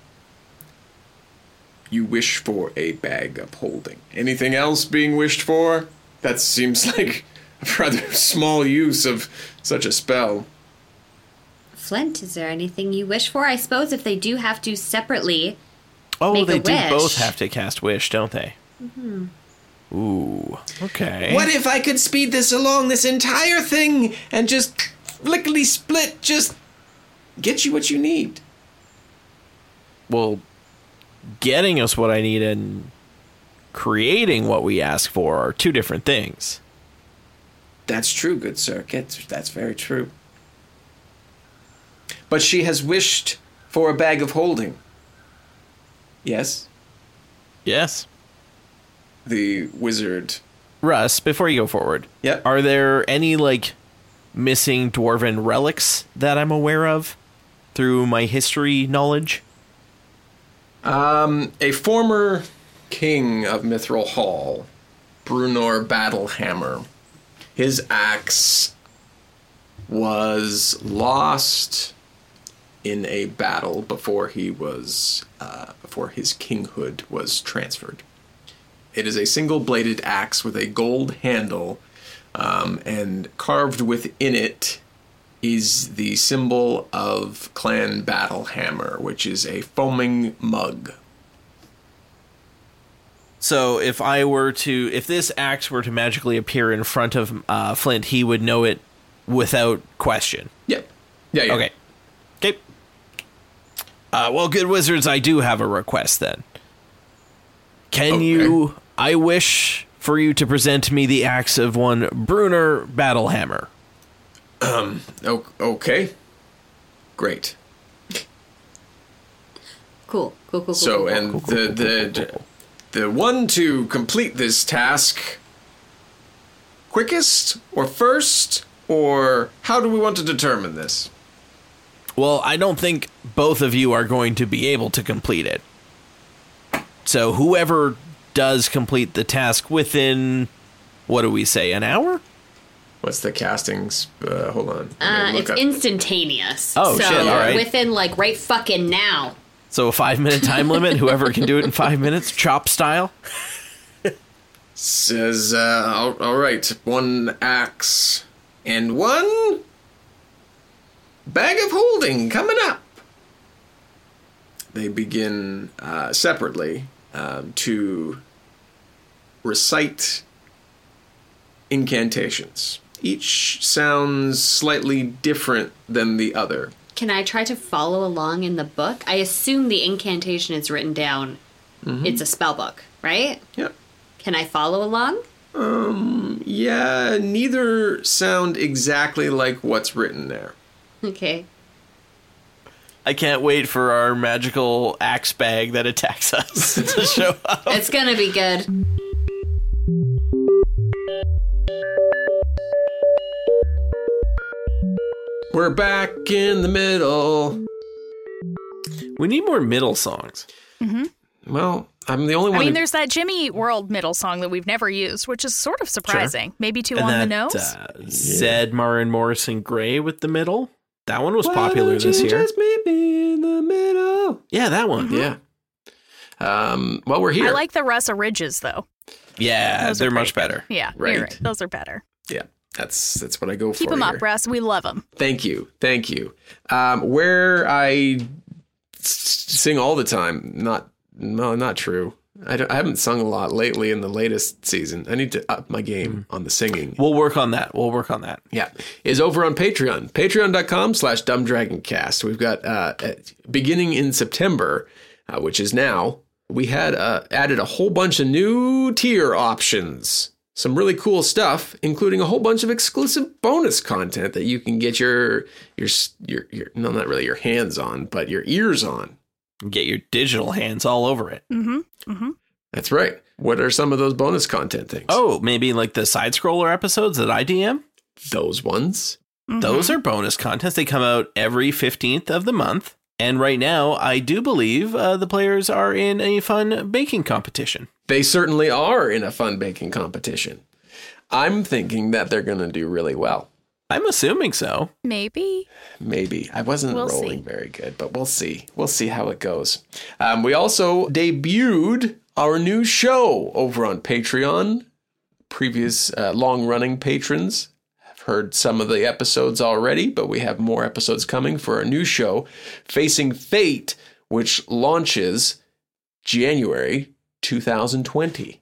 S3: you wish for a bag of holding. Anything else being wished for? That seems like a rather small use of such a spell."
S4: Flint, is there anything you wish for? I suppose if they do have to separately,
S2: Oh,
S4: Make a
S2: they do
S4: wish. Mm-hmm.
S2: both have to cast wish, don't they? Ooh. Okay.
S3: What if I could speed this along, this entire thing, and just flickily split, just get you what you need?
S2: well, getting us what I need and creating what we ask for are two different things.
S3: That's true, good sir. That's, that's very true. But she has wished for a bag of holding. Yes?
S2: Yes.
S3: The wizard.
S2: Russ, before you go forward,
S3: Yep.
S2: are there any like missing dwarven relics that I'm aware of through my history knowledge?
S3: A former king of Mithril Hall, Brunor Battlehammer, his axe was lost in a battle before he was uh, before his kinghood was transferred. It is a single-bladed axe with a gold handle, um, and carved within it is the symbol of Clan Battlehammer, which is a foaming mug.
S2: So if I were to, if this axe were to magically appear in front of uh, Flint, he would know it without question.
S3: Yep. Yeah, yeah.
S2: Okay. Okay. Uh, well, good wizards, I do have a request then. Can
S3: Okay.
S2: you? I wish for you to present me the axe of one Bruner Battlehammer.
S3: O- okay. Great.
S4: Cool, cool, cool, cool.
S3: So,
S4: cool, cool.
S3: and the the the one to complete this task quickest or first or how do we want to determine this?
S2: Well, I don't think both of you are going to be able to complete it. So, whoever does complete the task within, what do we say, an hour?
S3: What's the castings? Uh, hold on.
S4: uh,
S3: I'm gonna look
S4: it's
S3: up.
S4: instantaneous.
S2: Oh,
S4: so
S2: shit, all right.
S4: Within like right fucking now.
S2: So, a five minute time limit. Whoever can do it in five minutes, chop style.
S3: Says, uh, all, all right, one axe and one bag of holding coming up. They begin uh, separately um, to recite incantations. Each sounds slightly different than the other.
S4: Can I try to follow along in the book? I assume the incantation is written down.
S2: Mm-hmm.
S4: It's a spell book, right?
S3: Yep.
S4: Can I follow along?
S3: Yeah, neither sound exactly like what's written there.
S4: Okay.
S2: I can't wait for our magical axe bag that attacks us to show up.
S4: It's gonna be good.
S3: We're back in the middle.
S2: We need more middle songs.
S3: Well, I'm the only
S5: I
S3: one.
S5: mean,
S3: who-
S5: there's that Jimmy Eat World middle song that we've never used, which is sort of surprising. Maybe too on the nose.
S2: Uh, Zed, Marin, Morrison, Gray with the middle. That one was popular this year.
S3: meet me in the middle.
S2: Yeah, that one.
S3: Yeah. Um, well, we're here.
S5: I like the Russ Ridges though.
S2: Yeah,
S5: Those are
S2: they're much
S5: pretty
S2: better.
S5: Yeah, you're
S3: Right.
S5: right. Those are better.
S3: yeah, that's that's what I go for.
S5: Keep them
S3: here.
S5: up, Russ. We love them.
S3: Thank you, thank you. Um, where I s- sing all the time. Not no, not true. I, don't- I haven't sung a lot lately in the latest season. I need to up my game on the singing.
S2: We'll work on that. We'll work on that.
S3: yeah is over on patreon patreon.com slash dumbdragoncast we've got uh, at- beginning in september uh, which is now we had uh, added a whole bunch of new tier options some really cool stuff including a whole bunch of exclusive bonus content that you can get your your s- your, your no not really your hands on but your ears on
S2: Get your digital hands all over it.
S5: Mm-hmm,
S3: that's right what are some of those bonus content things
S2: Oh, maybe like the side scroller episodes that I DM.
S3: those ones
S2: Those are bonus contents. They come out every 15th of the month. And right now, I do believe uh, the players are in a fun baking competition.
S3: They certainly are in a fun baking competition. I'm thinking that they're going to do really well.
S2: I'm assuming so.
S5: Maybe.
S3: Maybe. I wasn't
S5: We'll
S3: rolling
S5: see.
S3: very good, but we'll see. We'll see how it goes. Um, we also debuted our new show over on Patreon. Previous uh, long running patrons have heard some of the episodes already, but we have more episodes coming for our new show, Facing Fate, which launches January 2020.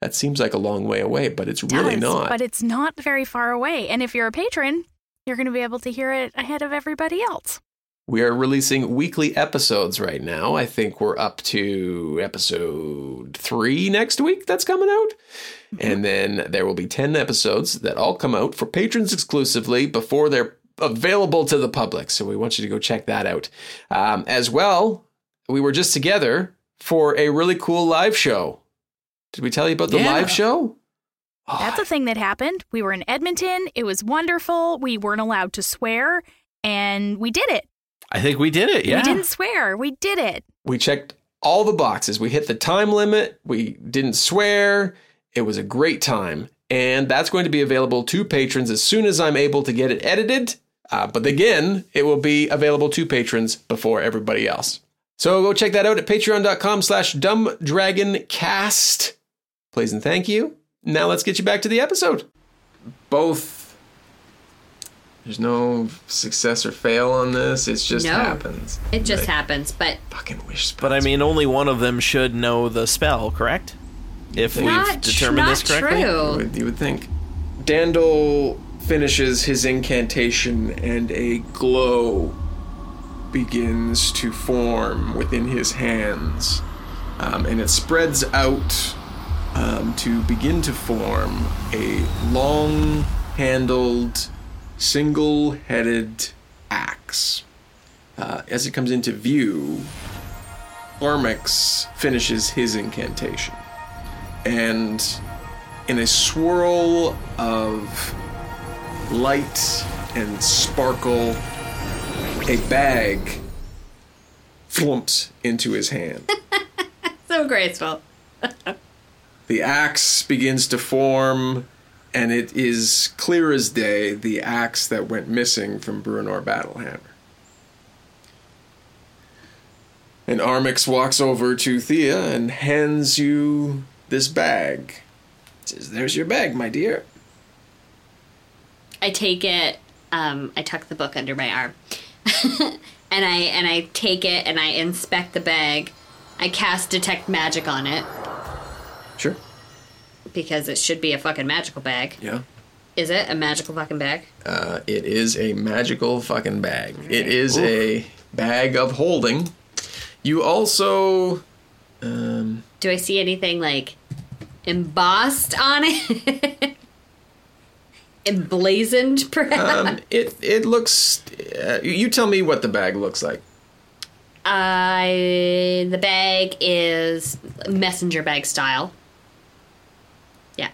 S3: That seems like a long way away, but it's really
S5: does,
S3: not.
S5: But it's not very far away. And if you're a patron, you're going to be able to hear it ahead of everybody else.
S3: We are releasing weekly episodes right now. I think we're up to episode three next week that's coming out.
S5: Mm-hmm.
S3: And then there will be 10 episodes that all come out for patrons exclusively before they're available to the public. So we want you to go check that out. Um, as well, we were just together for a really cool live show. Did we tell you about the
S2: Yeah.
S3: live show? Ah.
S5: That's a thing that happened. We were in Edmonton. It was wonderful. We weren't allowed to swear, and we did it.
S2: I think we did it. Yeah.
S5: We didn't swear. We did it.
S3: We checked all the boxes. We hit the time limit. We didn't swear. It was a great time. And that's going to be available to patrons as soon as I'm able to get it edited. Uh, but again, it will be available to patrons before everybody else. So go check that out at patreon.com slash dumbdragoncast. Please and thank you. Now let's get you back to the episode. Both. There's no success or fail on this. It just
S4: No.
S3: happens.
S4: It just happens, but
S3: Fucking wish.
S2: But I mean, only one of them should know the spell, correct? If we've
S4: not, tr- not
S2: determined this correctly.
S3: You
S4: true.
S3: would, you would think. Dandel finishes his incantation and a glow begins to form within his hands. Um, and it spreads out um, to begin to form a long handled, single headed axe. Uh, as it comes into view, Ormix finishes his incantation. And in a swirl of light and sparkle, a bag flumps into his hand.
S4: So graceful.
S3: The axe begins to form, and it is clear as day the axe that went missing from Brunor Battlehammer. And Armix walks over to Thea and hands you this bag. Says, There's your bag, my dear.
S4: I take it. Um, I tuck the book under my arm, and I and I take it and I inspect the bag. I cast detect magic on it
S3: Sure.
S4: because it should be a fucking magical bag.
S3: Yeah.
S4: Is it a magical fucking bag?
S3: Uh, it is a magical fucking bag. It is a bag of holding. You also. Um,
S4: Do I see anything like embossed on it? Emblazoned, perhaps.
S3: um, it it looks. Uh, you- you tell me what the bag looks like.
S4: I the bag is messenger bag style. Yeah,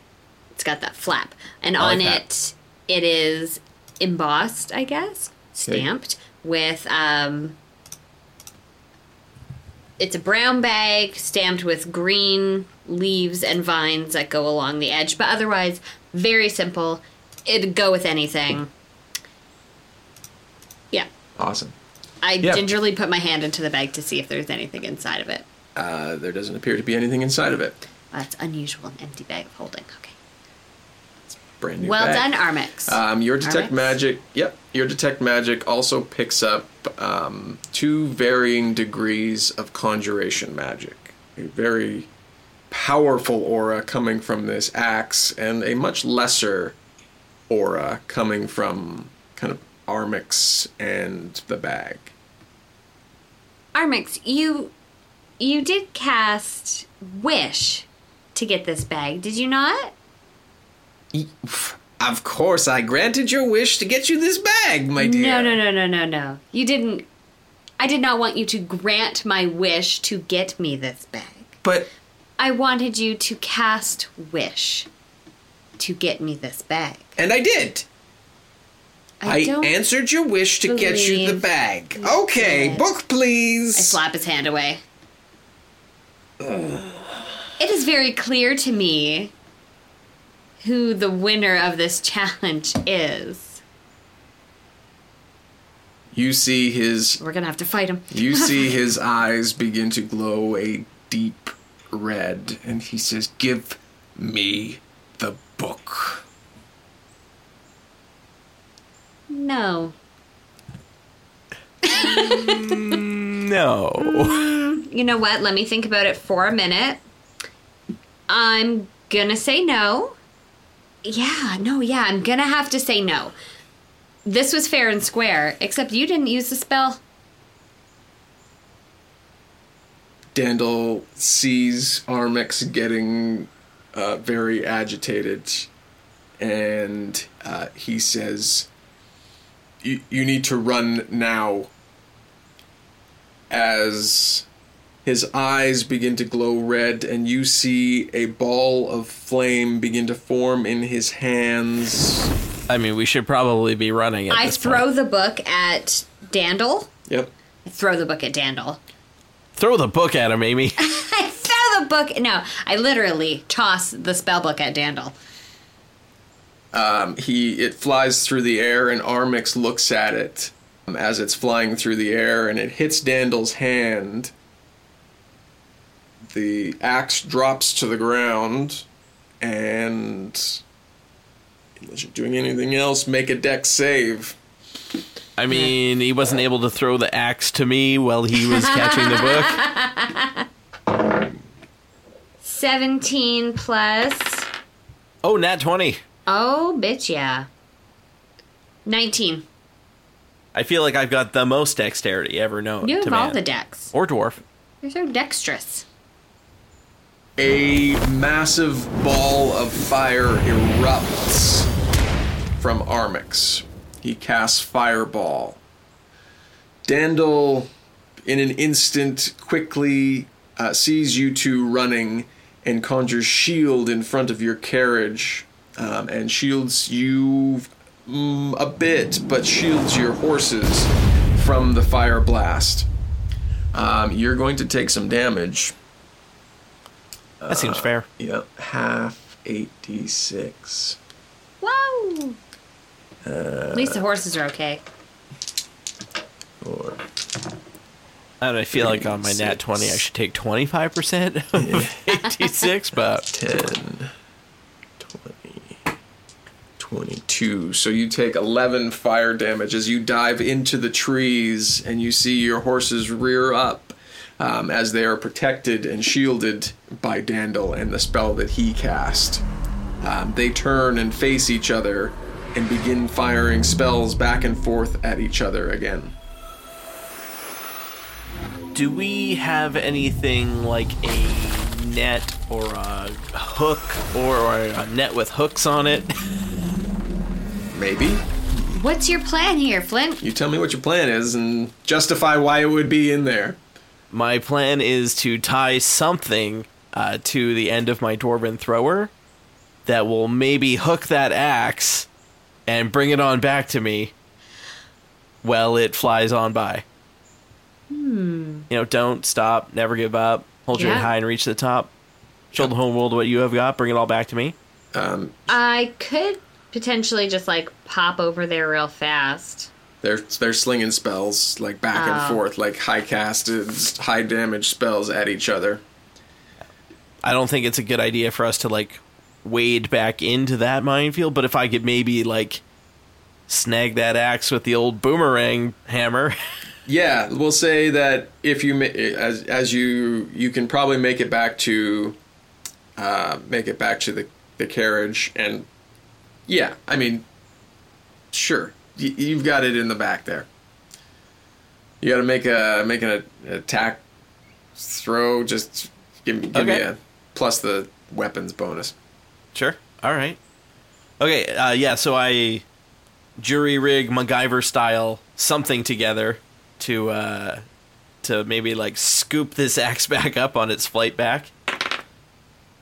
S4: it's got that flap, and
S3: like
S4: on
S3: that.
S4: it it is embossed, I guess, stamped with um. It's a brown bag stamped with green leaves and vines that go along the edge, but otherwise very simple. It'd go with anything. Yeah.
S3: Awesome.
S4: I
S3: Yeah.
S4: gingerly put my hand into the bag to see if there's anything inside of it.
S3: Uh, there doesn't appear to be anything inside of it.
S4: That's unusual, an empty bag of holding. Okay.
S3: Brand new.
S4: well
S3: bag.
S4: done, Armix.
S3: Um, your detect
S4: Armix?
S3: magic. Yep. Your detect magic also picks up um, two varying degrees of conjuration magic. A very powerful aura coming from this axe, and a much lesser aura coming from kind of Armix and the bag.
S4: Armix, you you did cast wish to get this bag, did you not?
S3: Of course, I granted your wish to get you this bag, my dear.
S4: No, no, no, no, no, no. You didn't. I did not want you to grant my wish to get me this bag.
S3: But
S4: I wanted you to cast wish to get me this bag.
S3: and I did.
S4: I, don't.
S3: answered your wish to get you the
S4: believe
S3: bag. Okay,
S4: did.
S3: book
S4: I
S3: please.
S4: slap his hand away. it is very clear to me who the winner of this challenge is.
S3: You see his
S4: We're gonna have to fight him.
S3: you see his eyes begin to glow a deep red and he says, "Give me the book."
S4: No.
S2: No.
S4: You know what? Let me think about it for a minute. I'm gonna say no. Yeah, no, yeah, I'm gonna have to say no. This was fair and square, except you didn't use the spell.
S3: Dandel sees Armex getting uh, very agitated, and uh, he says, "You you need to run now." As his eyes begin to glow red, and you see a ball of flame begin to form in his hands.
S2: I mean, we should probably be running at
S4: I
S2: this
S4: throw
S2: point.
S4: the book at Dandel.
S3: Yep.
S4: I throw the book at Dandel.
S2: Throw the book at him, Amy.
S4: I throw the book. No, I literally toss the spell book at Dandel.
S3: Um, he it flies through the air and Armix looks at it um, as it's flying through the air and it hits Dandel's hand. The axe drops to the ground and unless you're doing anything else, make a deck save.
S2: I mean, he wasn't able to throw the axe to me while he was catching the book.
S4: 17 plus.
S2: Oh, nat 20.
S4: Oh, bitch, oh, yeah. 19.
S2: I feel like I've got the most dexterity ever known.
S4: You
S2: to
S4: have all
S2: man.
S4: the decks.
S2: Or dwarf.
S4: You're so dexterous.
S3: A massive ball of fire erupts from Armix. He casts Fireball. Dandel, in an instant, quickly uh, sees you two running and conjures Shield in front of your carriage um, and shields you mm, a bit, but shields your horses from the fire blast. Um, you're going to take some damage.
S2: That seems fair.
S3: Yep, half 86.
S4: Whoa! At least the horses are okay.
S3: Or
S2: And I feel like on my nat 20, I should take 25% of 86, but
S3: 10, 20, 22. So you take 11 fire damage as you dive into the trees and you see your horses rear up um, as they are protected and shielded by Dandel and the spell that he cast. Um, they turn and face each other and begin firing spells back and forth at each other again.
S2: do we have anything like a net or a hook or, or a net with hooks on it?
S3: Maybe
S4: What's your plan here, Flint?
S3: You tell me what your plan is and justify why it would be in there.
S2: My plan is to tie something uh, to the end of my dwarven thrower that will maybe hook that axe and bring it on back to me while it flies on by. Hmm. You know, don't stop, never give up, hold your
S4: Yeah.
S2: head high and reach the top. Show the whole world what you have got, bring it all back to me.
S4: I could potentially just like pop over there real fast.
S3: They're they're slinging spells like back and forth, like high casted, high damage spells at each other.
S2: I don't think it's a good idea for us to like wade back into that minefield, but if I could maybe like snag that axe with the old boomerang hammer.
S3: Yeah, we'll say that if you ma- as as you you can probably make it back to, uh, make it back to the the carriage and, yeah, I mean, sure, y- you've got it in the back there. You got to make a make an a- attack throw. Just give me give me
S2: Okay.
S3: a plus the weapons bonus.
S2: Sure. All right. Okay. Uh, yeah. So I jury rig MacGyver style something together to uh, to maybe like scoop this axe back up on its flight back.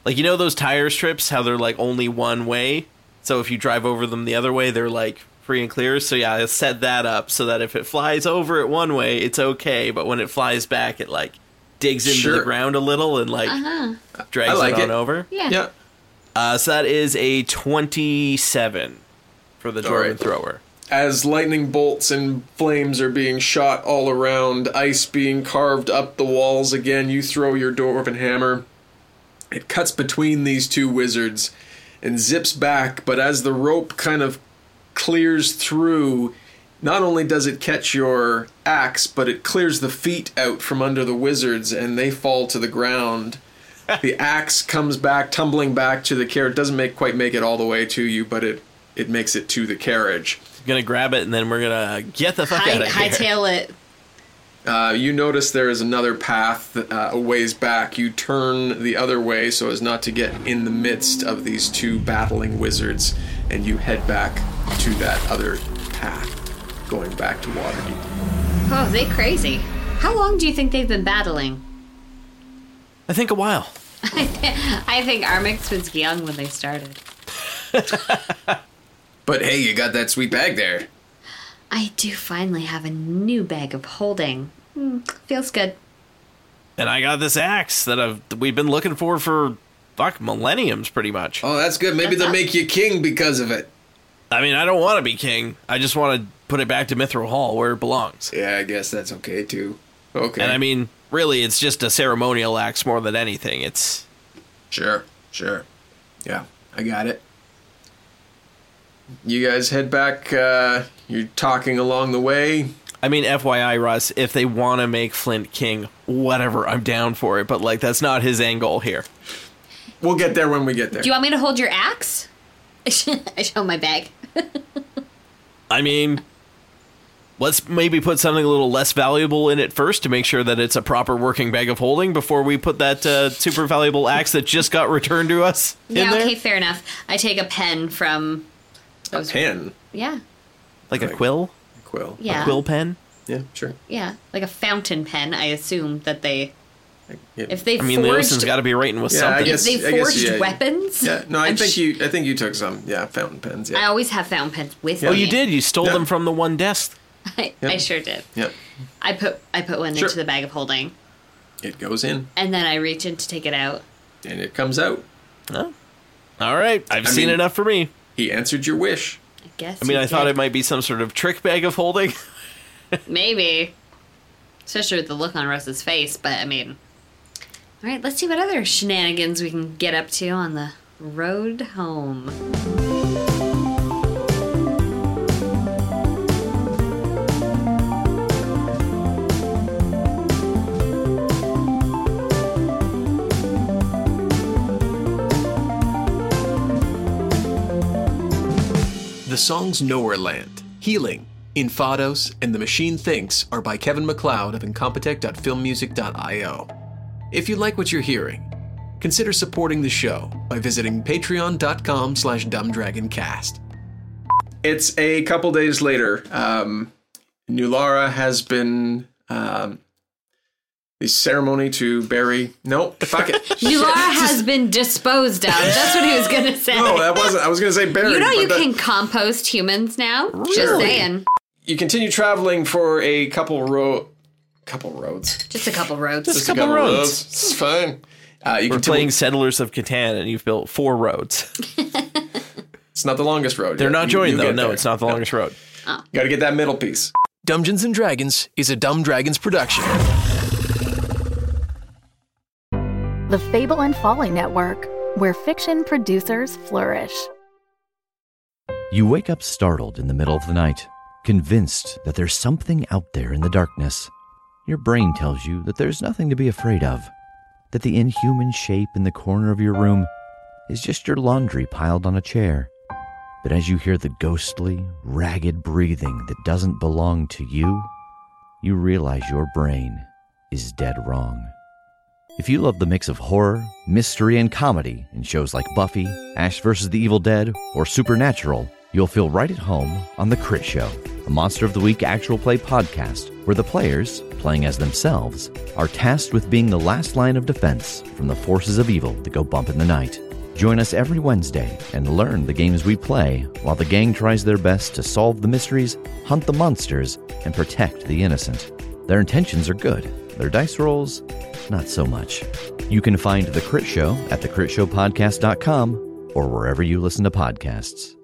S2: Like you know those tire strips, how they're like only one way. So if you drive over them the other way, they're like free and clear. So yeah, I set that up so that if it flies over it one way, it's okay. But when it flies back, it like digs into
S3: Sure.
S2: the ground a little and like
S3: I
S2: drags
S3: like
S2: it on
S3: it.
S2: over.
S4: Yeah.
S3: yeah.
S2: Uh, so that is a 27 for the dwarven
S3: right.
S2: thrower.
S3: as lightning bolts and flames are being shot all around, ice being carved up the walls again, you throw your dwarven hammer. It cuts between these two wizards and zips back, but as the rope kind of clears through, not only does it catch your axe, but it clears the feet out from under the wizards and they fall to the ground. the axe comes back, tumbling back to the carriage. Doesn't make quite make it all the way to you, but it it makes it to the carriage.
S2: Gonna grab it and then we're gonna get the fuck out
S4: High,
S2: of here.
S4: hightail it.
S3: Uh, you notice there is another path uh, a ways back. You turn the other way so as not to get in the midst of these two battling wizards, and you head back to that other path, going back to Waterdeep.
S4: Oh, they crazy. How long do you think they've been battling?
S2: I think a while.
S4: I think Armix was young when they started.
S3: But hey, you got that sweet bag there.
S4: I do finally have a new bag of holding. Mm, feels good.
S2: And I got this axe that I've we've been looking for for fuck millenniums pretty much.
S3: Oh, that's good. Maybe they'll make you king because of it.
S2: I mean, I don't want to be king. I just want to put it back to Mithril Hall where it belongs.
S3: Yeah, I guess that's okay too. Okay.
S2: And I mean, really, it's just a ceremonial axe more than anything. It's
S3: Sure, sure. Yeah, I got it. You guys head back. Uh, you're talking along the way.
S2: I mean, FYI, Russ, if they want to make Flint king, whatever, I'm down for it. But like, that's not his end goal here.
S3: We'll get there when we get there.
S4: Do you want me to hold your axe? I show my bag.
S2: I mean, let's maybe put something a little less valuable in it first to make sure that it's a proper working bag of holding before we put that uh, super valuable axe that just got returned to us in
S4: Yeah,
S2: there.
S4: okay, fair enough. I take a pen from
S3: A pen,
S4: yeah,
S2: Like a quill?
S3: Quill.
S4: yeah,
S2: Quill pen?
S3: Yeah, sure.
S4: yeah, like a fountain pen. I assume that they
S3: Yeah.
S4: if they
S2: I mean, the
S4: forged
S2: ocean's got to be writing with
S3: Yeah, I
S2: something.
S3: guess-
S4: if they
S3: I guess,
S4: forged
S3: yeah, yeah.
S4: weapons.
S3: Yeah, no, I
S4: I'm
S3: think
S4: sh-
S3: you. I think you took some. Yeah, fountain pens.
S4: I
S3: Yeah,
S4: always have fountain pens with
S2: Oh,
S4: me.
S2: you did. You stole
S3: Yeah.
S2: them from the one desk.
S4: I, I sure did.
S3: yeah.
S4: I put I put one
S3: Sure.
S4: into the bag of holding,
S3: It goes in
S4: and then I reach in to take it out.
S3: and it comes out.
S2: Oh. All right. I've seen
S3: mean-
S2: enough for me.
S3: He answered your wish.
S4: I guess.
S2: I mean,
S4: you
S2: I thought
S4: did.
S2: it might be some sort of trick bag of holding.
S4: maybe, especially with the look on Rose's face. But I mean, all right, let's see what other shenanigans we can get up to on the road home.
S6: The songs Nowhere Land, Healing, Infados, and The Machine Thinks are by Kevin McLeod of incompetech.filmmusic.io. If you like what you're hearing, consider supporting the show by visiting patreon.com slash dumbdragoncast.
S3: It's a couple days later. Um, Nulara has been um, the ceremony to bury. No, fuck it.
S4: Nulara has been disposed of. That's what he was gonna say.
S3: No, Oh, that wasn't. I was gonna say bury.
S4: you know
S3: but
S4: you
S3: that-
S4: can compost humans now. Just saying,
S3: You continue traveling for a couple row, couple roads.
S4: just a couple roads.
S2: Just a couple roads.
S3: It's fine. Uh, you
S2: We're
S3: continue-
S2: playing Settlers of Catan, and you've built four roads.
S3: It's not the longest road.
S2: They're
S3: You-
S2: not
S3: you-
S2: joined,
S3: you
S2: though.
S3: get
S2: No,
S3: there.
S2: it's not the longest road.
S3: You got to get that middle piece.
S6: Dungeons and Dragons is a Dumb Dragons production.
S7: The Fable and Folly Network, where fiction producers flourish.
S8: You wake up startled in the middle of the night, convinced that there's something out there in the darkness. Your brain tells you that there's nothing to be afraid of, that the inhuman shape in the corner of your room is just your laundry piled on a chair. But as you hear the ghostly, ragged breathing that doesn't belong to you, you realize your brain is dead wrong. If you love the mix of horror, mystery, and comedy in shows like Buffy, Ash vs. the Evil Dead, or Supernatural, you'll feel right at home on The Crit Show, a Monster of the Week actual play podcast where the players, playing as themselves, are tasked with being the last line of defense from the forces of evil that go bump in the night. Join us every Wednesday and learn the games we play while the gang tries their best to solve the mysteries, hunt the monsters, and protect the innocent. Their intentions are good, their dice rolls, not so much. You can find The Crit Show at thecritshowpodcast.com or wherever you listen to podcasts.